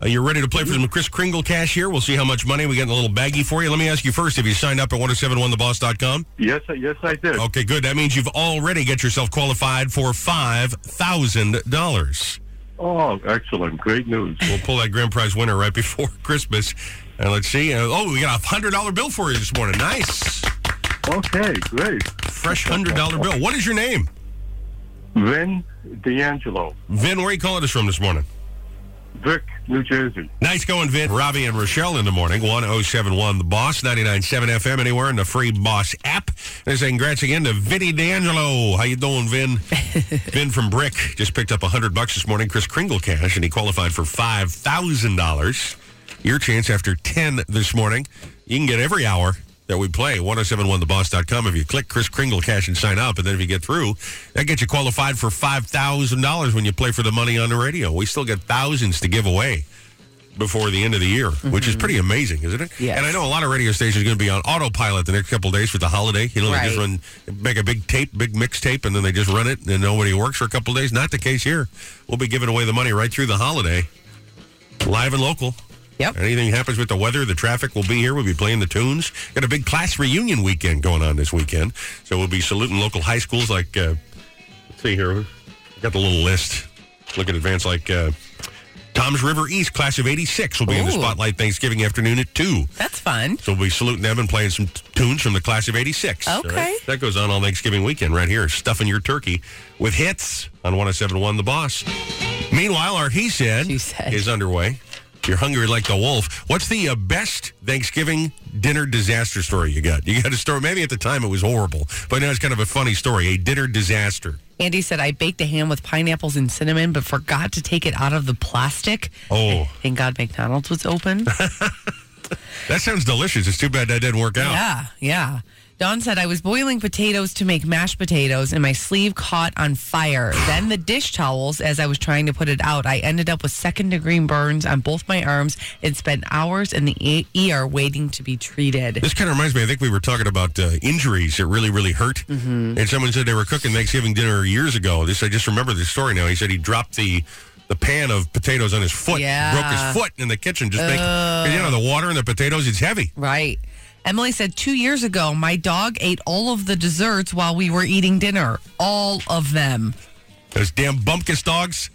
Speaker 4: Uh, you're ready to play for some Chris Kringle cash here. We'll see how much money we get in a little baggie for you. Let me ask you first: Have you signed up at 1071theboss.com?
Speaker 14: Yes, I- yes, I did.
Speaker 4: Okay, good. That means you've already got yourself qualified for five thousand dollars.
Speaker 14: Oh, excellent! Great news.
Speaker 4: We'll pull that grand prize winner right before Christmas, and let's see. Uh, oh, we got a hundred dollar bill for you this morning. Nice.
Speaker 14: Okay, great.
Speaker 4: Fresh hundred dollar bill. What is your name?
Speaker 14: Vin D'Angelo.
Speaker 4: Vin, where are you calling us from this morning?
Speaker 14: Vic, New Jersey.
Speaker 4: Nice going, Vin. Robbie and Rochelle in the morning, 1071 The Boss, 997 FM, anywhere in the free Boss app. They're saying congrats again to Vinny D'Angelo. How you doing, Vin? Vin from Brick just picked up 100 bucks this morning, Chris Kringle cash, and he qualified for $5,000. Your chance after 10 this morning. You can get every hour that we play, 1071theboss.com. If you click Chris Kringle cash and sign up, and then if you get through, that gets you qualified for $5,000 when you play for the money on the radio. We still got thousands to give away before the end of the year, which is pretty amazing, isn't it? Yeah. And I know a lot of radio stations are going to be on autopilot the next couple of days for the holiday. You know, they just run, make a big tape, big mixtape, and then they just run it, and nobody works for a couple of days. Not the case here. We'll be giving away the money right through the holiday, live and local.
Speaker 2: Yep.
Speaker 4: Anything happens with the weather, the traffic will be here. We'll be playing the tunes. Got a big class reunion weekend going on this weekend, so we'll be saluting local high schools like. Uh, let's see here, got the little list. Look at advance like. Uh, Tom's River East Class of 86 will be in the
Speaker 2: Ooh.
Speaker 4: spotlight Thanksgiving afternoon at 2.
Speaker 2: That's fun.
Speaker 4: So we'll be saluting them and playing some t- tunes from the Class of 86. All
Speaker 2: Okay.
Speaker 4: That goes on all Thanksgiving weekend right here. Stuffing your turkey with hits on 1071 The Boss. Meanwhile, our He Said, is underway. You're hungry like the wolf. What's the uh, best Thanksgiving dinner disaster story you got? You got a story, maybe at the time it was horrible, but now it's kind of a funny story, a dinner disaster.
Speaker 2: Andy said, I baked a ham with pineapples and cinnamon, but forgot to take it out of the plastic.
Speaker 4: Oh.
Speaker 2: Thank God McDonald's was open.
Speaker 4: That sounds delicious. It's too bad that didn't work out.
Speaker 2: Yeah, yeah. Don said, I was boiling potatoes to make mashed potatoes and my sleeve caught on fire. then the dish towels, as I was trying to put it out, I ended up with second degree burns on both my arms and spent hours in the E- ER waiting to be treated.
Speaker 4: This kind of reminds me. I think we were talking about uh, injuries that really, really hurt. Mm-hmm. And someone said they were cooking Thanksgiving dinner years ago. This I just remember this story now. He said he dropped the the pan of potatoes on his foot,
Speaker 2: Yeah.
Speaker 4: broke his foot in the kitchen. Just making, 'cause, you know, the water and the potatoes, it's heavy.
Speaker 2: Right. Emily said, two years ago, my dog ate all of the desserts while we were eating dinner. All of them.
Speaker 4: Those damn bumpkus dogs.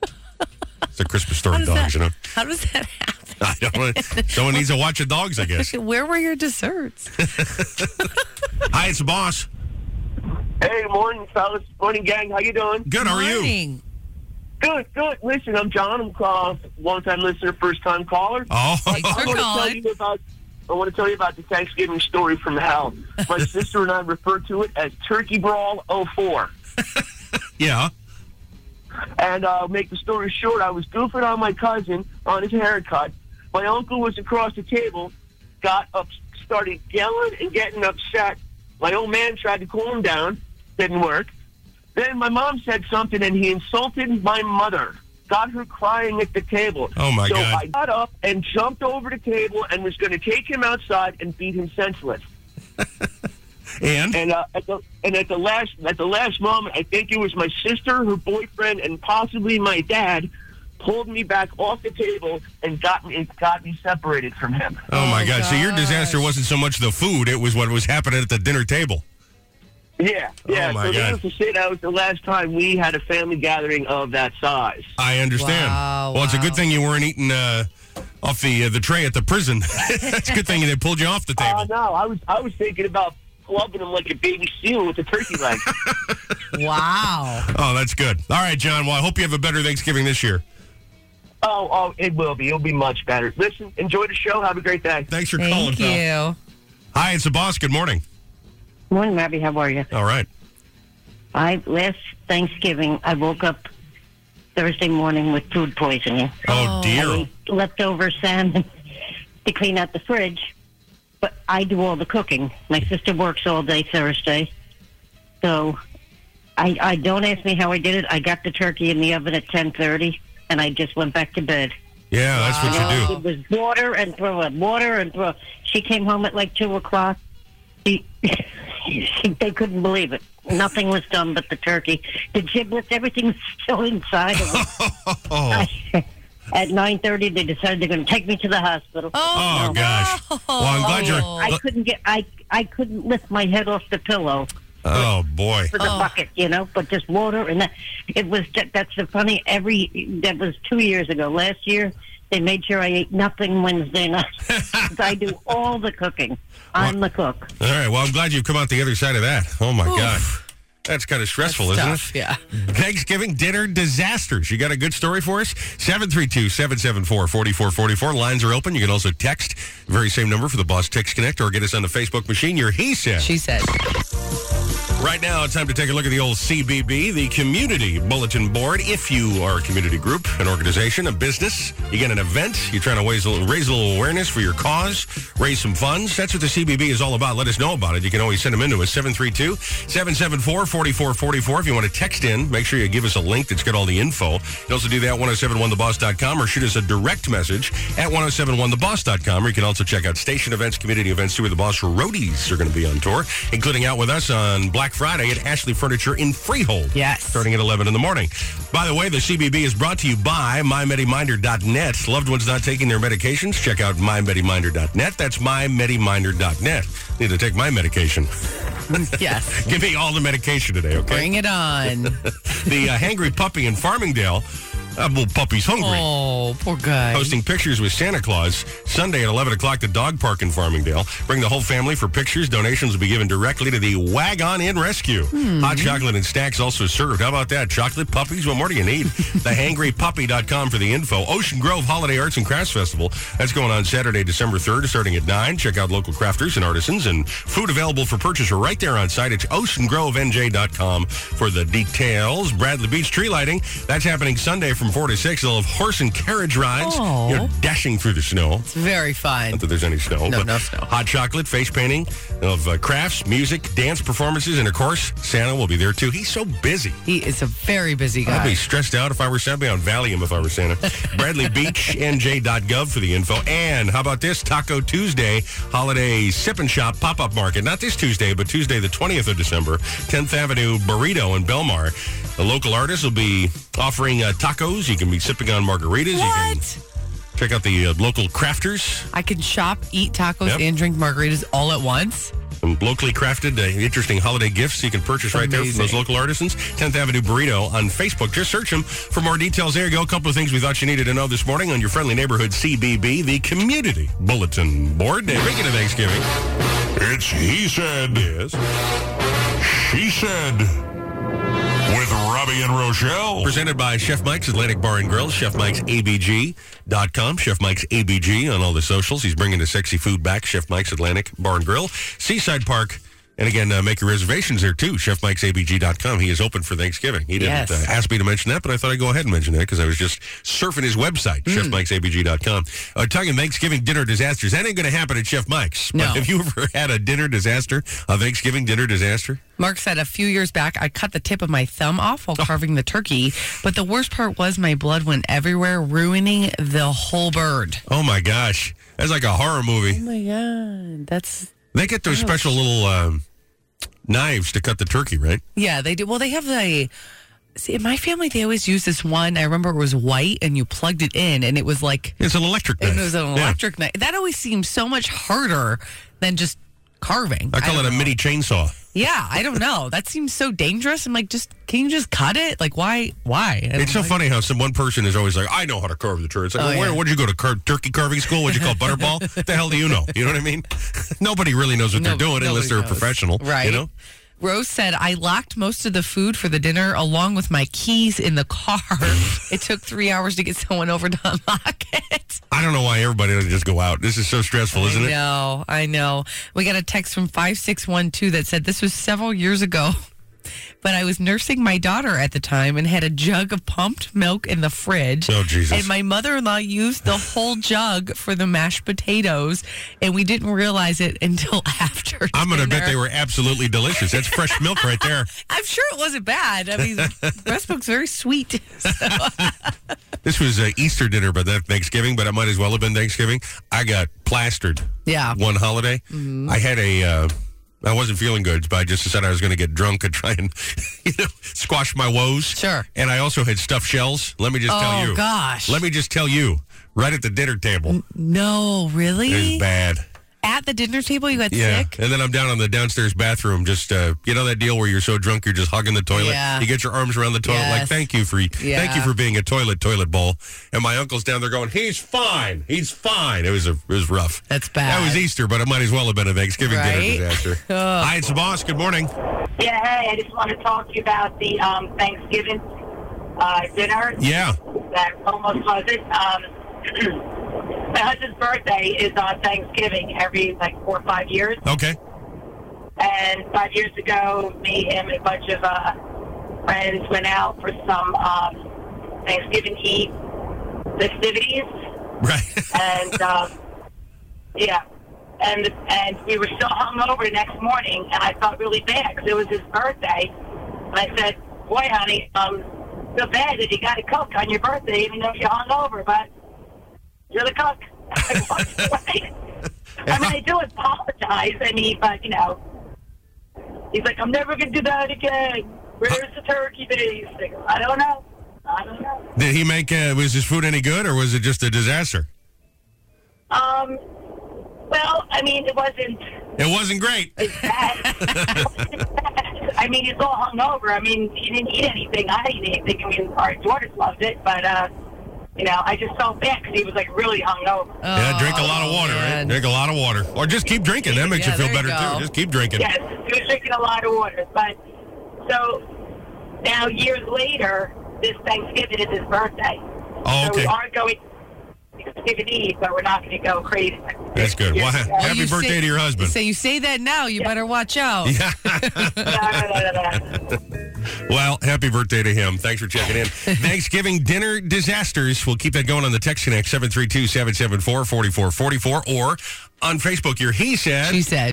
Speaker 4: it's a Christmas story
Speaker 2: does that-
Speaker 4: dogs, you know.
Speaker 2: How does that happen?
Speaker 4: I don't. know. Someone needs to watch the dogs, I guess.
Speaker 2: Where were your desserts?
Speaker 4: Hi, it's the boss.
Speaker 14: Hey, morning, fellas. Morning, gang. How you doing?
Speaker 4: Good. How are you?
Speaker 2: you?
Speaker 14: Good. Good. Listen, I'm John. I'm a long-time listener, first-time caller.
Speaker 4: Oh,
Speaker 14: I want to tell you about. I want to tell you about the Thanksgiving story from hell. My sister and I refer to it as Turkey Brawl 04.
Speaker 4: Yeah.
Speaker 14: And uh, make the story short, I was goofing on my cousin on his haircut. My uncle was across the table, got up, started yelling and getting upset. My old man tried to calm him down, didn't work. Then my mom said something, and he insulted my mother, got her crying at the table.
Speaker 4: Oh, my
Speaker 14: so
Speaker 4: God.
Speaker 14: I got up and jumped over the table and was going to take him outside and beat him senseless.
Speaker 4: And
Speaker 14: and uh, at the and at the last at the last moment, I think it was my sister, her boyfriend, and possibly my dad pulled me back off the table and got me got me separated from him.
Speaker 4: Oh, my God. So your disaster wasn't so much the food; it was what was happening at the dinner table.
Speaker 14: Yeah, yeah.
Speaker 4: Oh, my
Speaker 14: so
Speaker 4: God.
Speaker 14: needless to say, that was the last time we had a family gathering of that size.
Speaker 4: I understand.
Speaker 14: Wow,
Speaker 4: well, it's a
Speaker 14: wow.
Speaker 4: good thing you weren't eating uh, off the uh, the tray at the prison. it's a good thing they pulled you off the table.
Speaker 14: Oh no, I was I was thinking about clubbing him like a baby seal with a turkey leg.
Speaker 2: wow.
Speaker 4: Oh, that's good. All right, John. Well, I hope you have a better Thanksgiving this year.
Speaker 14: Oh, oh, it will be. It'll be much better. Listen, enjoy the show. Have a great day.
Speaker 4: Thanks for calling, pal. Hi, it's the boss. Good morning.
Speaker 15: Morning, Robbie. How are you?
Speaker 4: All right.
Speaker 15: I last Thanksgiving I woke up Thursday morning with food poisoning.
Speaker 4: Oh, dear.
Speaker 15: I ate leftover salmon to clean out the fridge, but I do all the cooking. My sister works all day Thursday, so I, I don't ask me how I did it. I got the turkey in the oven at ten thirty, and I just went back to bed.
Speaker 4: Yeah, that's what you
Speaker 15: It was water and throw it, water and throw. it. She came home at like two o'clock. She, she, they couldn't believe it. Nothing was done but the turkey, the giblets, everything was still inside of it.
Speaker 4: do. Oh,
Speaker 15: at nine thirty, they decided they're going to take me to the hospital.
Speaker 4: oh gosh. Well, I'm glad you're.
Speaker 15: I couldn't get. I I couldn't lift my head off the pillow
Speaker 4: Oh boy.
Speaker 15: for the bucket, you know, but just water and that. It was that, that's the funny. Every that was two years ago. Last year, they made sure I ate nothing Wednesday night. 'Cause I do all the cooking. I'm the cook.
Speaker 4: All right. Well, I'm glad you've come out the other side of that. Oh my god. That's kind of stressful, isn't
Speaker 2: tough,
Speaker 4: it?
Speaker 2: yeah.
Speaker 4: Thanksgiving dinner disasters. You got a good story for us? 732-774-4444. Lines are open. You can also text the very same number for the Boss Text Connect or get us on the Facebook machine. Your he said.
Speaker 2: She said.
Speaker 4: Right now, it's time to take a look at the old CBB, the Community Bulletin Board. If you are a community group, an organization, a business, you get an event, you're trying to raise a, little, raise a little awareness for your cause, raise some funds. That's what the CBB is all about. Let us know about it. You can always send them into us, 732-774-4444. If you want to text in, make sure you give us a link that's got all the info. You can also do that at 1071theboss.com or shoot us a direct message at 1071theboss.com. Or you can also check out station events, community events, too, where the Boss Roadies are going to be on tour, including out with us on Black Friday at Ashley Furniture in Freehold. Yes. Starting at 11 in the morning. By the way, the CBB is brought to you by MyMediMinder.net. Loved ones not taking their medications, check out MyMediMinder.net. That's MyMediMinder.net. Need to take my medication.
Speaker 2: yes.
Speaker 4: Give me all the medication today, okay?
Speaker 2: Bring it on.
Speaker 4: the uh, Hangry Puppy in Farmingdale That little puppy's hungry.
Speaker 2: Oh, poor guy.
Speaker 4: Posting pictures with Santa Claus Sunday at 11 o'clock at the dog park in Farmingdale. Bring the whole family for pictures. Donations will be given directly to the Wag On In Rescue.
Speaker 16: Hmm.
Speaker 4: Hot chocolate and snacks also served. How about that? Chocolate puppies? What more do you need? TheHangryPuppy.com for the info. Ocean Grove Holiday Arts and Crafts Festival. That's going on Saturday, December 3rd, starting at 9. Check out local crafters and artisans and food available for purchase are right there on site. It's oceangrovenj.com for the details. Bradley Beach Tree Lighting. That's happening Sunday from 4 to 6. They'll have horse and carriage rides.
Speaker 2: Oh.
Speaker 4: You're dashing through the snow.
Speaker 2: It's very fun.
Speaker 4: Not that there's any snow.
Speaker 2: No,
Speaker 4: but
Speaker 2: no snow.
Speaker 4: Hot chocolate, face painting, of uh, crafts, music, dance performances, and of course, Santa will be there too. He's so busy.
Speaker 2: He is a very busy guy.
Speaker 4: I'd be stressed out if I were Santa. I'd be on Valium if I were Santa. BradleyBeachNJ.gov for the info. And how about this Taco Tuesday holiday sip and shop pop up market? Not this Tuesday, but Tuesday the 20th of December, 10th Avenue Burrito in Belmar. The local artists will be offering uh, tacos. You can be sipping on margaritas. You
Speaker 2: What?
Speaker 4: can check out the uh, local crafters.
Speaker 2: I could shop, eat tacos,
Speaker 4: Yep.
Speaker 2: and drink margaritas all at once.
Speaker 4: Some locally crafted, uh, interesting holiday gifts you can purchase right there from those
Speaker 2: Amazing.
Speaker 4: local artisans. 10th Avenue Burrito on Facebook. Just search them for more details. There you go. A couple of things we thought you needed to know this morning on your friendly neighborhood CBB, the Community Bulletin Board. Day. Speaking of Thanksgiving,
Speaker 16: It's He Said. Yes. She Said. With Robbie and Rochelle.
Speaker 4: presented by Chef Mike's Atlantic Bar and Grill, Chef Mike's ABG.com, Chef Mike's ABG on all the socials. He's bringing the sexy food back. Chef Mike's Atlantic Bar and Grill, Seaside Park. And again, uh, make your reservations there too. ChefMike'sABG.com. He is open for Thanksgiving. He didn't
Speaker 16: Yes.
Speaker 4: uh, ask me to mention that, but I thought I'd go ahead and mention that because I was just surfing his website, ChefMike'sABG.com. Uh, talking Thanksgiving dinner disasters. That ain't going to happen at Chef Mike's.
Speaker 2: No.
Speaker 4: But have you ever had a dinner disaster, a Thanksgiving dinner disaster?
Speaker 2: Mark said a few years back, I cut the tip of my thumb off
Speaker 4: Oh.
Speaker 2: while carving the turkey, but the worst part was my blood went everywhere, ruining the whole bird.
Speaker 4: Oh my gosh. That's like a horror movie.
Speaker 2: Oh my god, that's
Speaker 4: They get those special little um, knives to cut the turkey, right?
Speaker 2: yeah. They do well. They have the see in my family. They always use this one. I remember it was white, and you plugged it in, and it was like
Speaker 4: It's an electric knife.
Speaker 2: it was an
Speaker 4: Yeah.
Speaker 2: electric knife. That always seems so much harder than just carving.
Speaker 4: I call
Speaker 2: don't
Speaker 4: it a
Speaker 2: know.
Speaker 4: mini chainsaw.
Speaker 2: Yeah, I don't know. That seems so dangerous. I'm like, just can you just cut it? Like, why? Why? I
Speaker 4: It's so
Speaker 2: don't like-
Speaker 4: funny how some one person is always like, "I know how to carve the turkey." It's like,
Speaker 2: Oh,
Speaker 4: well, where
Speaker 2: yeah.
Speaker 4: would you go to car- turkey carving school? What'd you call butterball? the hell do you know? You know what I mean? nobody really knows what
Speaker 2: No-
Speaker 4: they're doing
Speaker 2: nobody
Speaker 4: unless they're a
Speaker 2: knows.
Speaker 4: professional,
Speaker 2: Right.
Speaker 4: You know?
Speaker 2: Rose said, I locked most of the food for the dinner along with my keys in the car. it took three hours to get someone over to unlock it.
Speaker 4: I don't know why everybody doesn't just go out. This is so stressful, isn't
Speaker 2: I
Speaker 4: it?
Speaker 2: know, I know. We got a text from 5612 that said, This was several years ago, but I was nursing my daughter at the time and had a jug of pumped milk in the fridge.
Speaker 4: Oh, Jesus.
Speaker 2: And my mother in law used the whole jug for the mashed potatoes, and we didn't realize it until after.
Speaker 4: I'm going to bet
Speaker 2: dinner.
Speaker 4: they were absolutely delicious. That's fresh milk right there.
Speaker 2: I'm sure it wasn't bad. I mean, breast milk's very sweet.
Speaker 4: This was uh, Easter dinner, but that Thanksgiving, but it might as well have been Thanksgiving. I got plastered.
Speaker 2: Yeah. Mm-hmm.
Speaker 4: One holiday, I had a. Uh, I wasn't feeling good, but I just decided I was going to get drunk and try and, you know, squash my woes. Sure. And I also had stuffed shells. Let me just
Speaker 2: Oh,
Speaker 4: tell you.
Speaker 2: gosh.
Speaker 4: Let me just tell you, right at the dinner table,
Speaker 2: No,
Speaker 4: it was
Speaker 2: really?
Speaker 4: bad.
Speaker 2: At the dinner table, you got
Speaker 4: Yeah.
Speaker 2: sick?
Speaker 4: And then I'm down on the downstairs bathroom, just uh, you know that deal where you're so drunk you're just hugging the toilet.
Speaker 2: Yeah.
Speaker 4: You get your arms around the toilet, like
Speaker 2: Yes.
Speaker 4: thank you for thank you
Speaker 2: Yeah.
Speaker 4: for being a toilet toilet bowl. And my uncle's down there going, he's fine, he's fine. It was a, it was rough.
Speaker 2: That's
Speaker 4: That
Speaker 2: bad.
Speaker 4: was Easter, but it might as well have been a Thanksgiving
Speaker 2: Right? Oh.
Speaker 4: dinner disaster. Hi, it's the boss. Good morning.
Speaker 14: Yeah, hey, I just want to talk to you about the um, Thanksgiving uh, dinner
Speaker 4: Yeah.
Speaker 14: that almost was it. Um, my husband's birthday is on Thanksgiving every like four or five years,
Speaker 4: Okay.
Speaker 14: and five years ago, me and a bunch of uh, friends went out for some um, Thanksgiving Eve festivities. Right. and um, yeah. And, and we were still hungover the next morning, and I felt really bad because it was his birthday. And I said, "Boy, honey, um, feel bad that you got to cook on your birthday, even though you're hungover, but you're the cook." I mean, I do apologize. I mean, but you know, he's like, "I'm never going to do that again." Where's the turkey base? Like, I don't know. I don't know.
Speaker 4: Did he make? Uh, was his food any good, or was it just a disaster?
Speaker 14: Um, well, I mean, it wasn't
Speaker 4: It wasn't great.
Speaker 14: I mean, it's all hungover. I mean, she didn't eat anything. I didn't eat anything. I mean, our daughters loved it, but uh, you know, I just felt bad because he was like really hungover.
Speaker 4: yeah, drink a lot
Speaker 2: Oh,
Speaker 4: of water, right? Drink a lot of water. Or just keep drinking. That makes
Speaker 14: Yeah,
Speaker 4: you feel
Speaker 14: there you
Speaker 4: better,
Speaker 14: go.
Speaker 4: too. Just keep drinking.
Speaker 14: Yes, he was drinking a lot of water. But so now, years later, this Thanksgiving is his birthday.
Speaker 4: Oh,
Speaker 14: So we
Speaker 4: okay.
Speaker 14: are going Thanksgiving Eve, but we're not going to go crazy.
Speaker 4: That's good. Well, ha-
Speaker 14: Well,
Speaker 4: happy
Speaker 14: you
Speaker 4: birthday
Speaker 14: say-
Speaker 4: to your husband.
Speaker 5: So you say that now, you better watch out.
Speaker 4: Yeah. Well, happy birthday to him. Thanks for checking in. Thanksgiving dinner disasters. We'll keep that going on the text connect 732 774 4444 or on Facebook. Your He Said. She
Speaker 5: Said.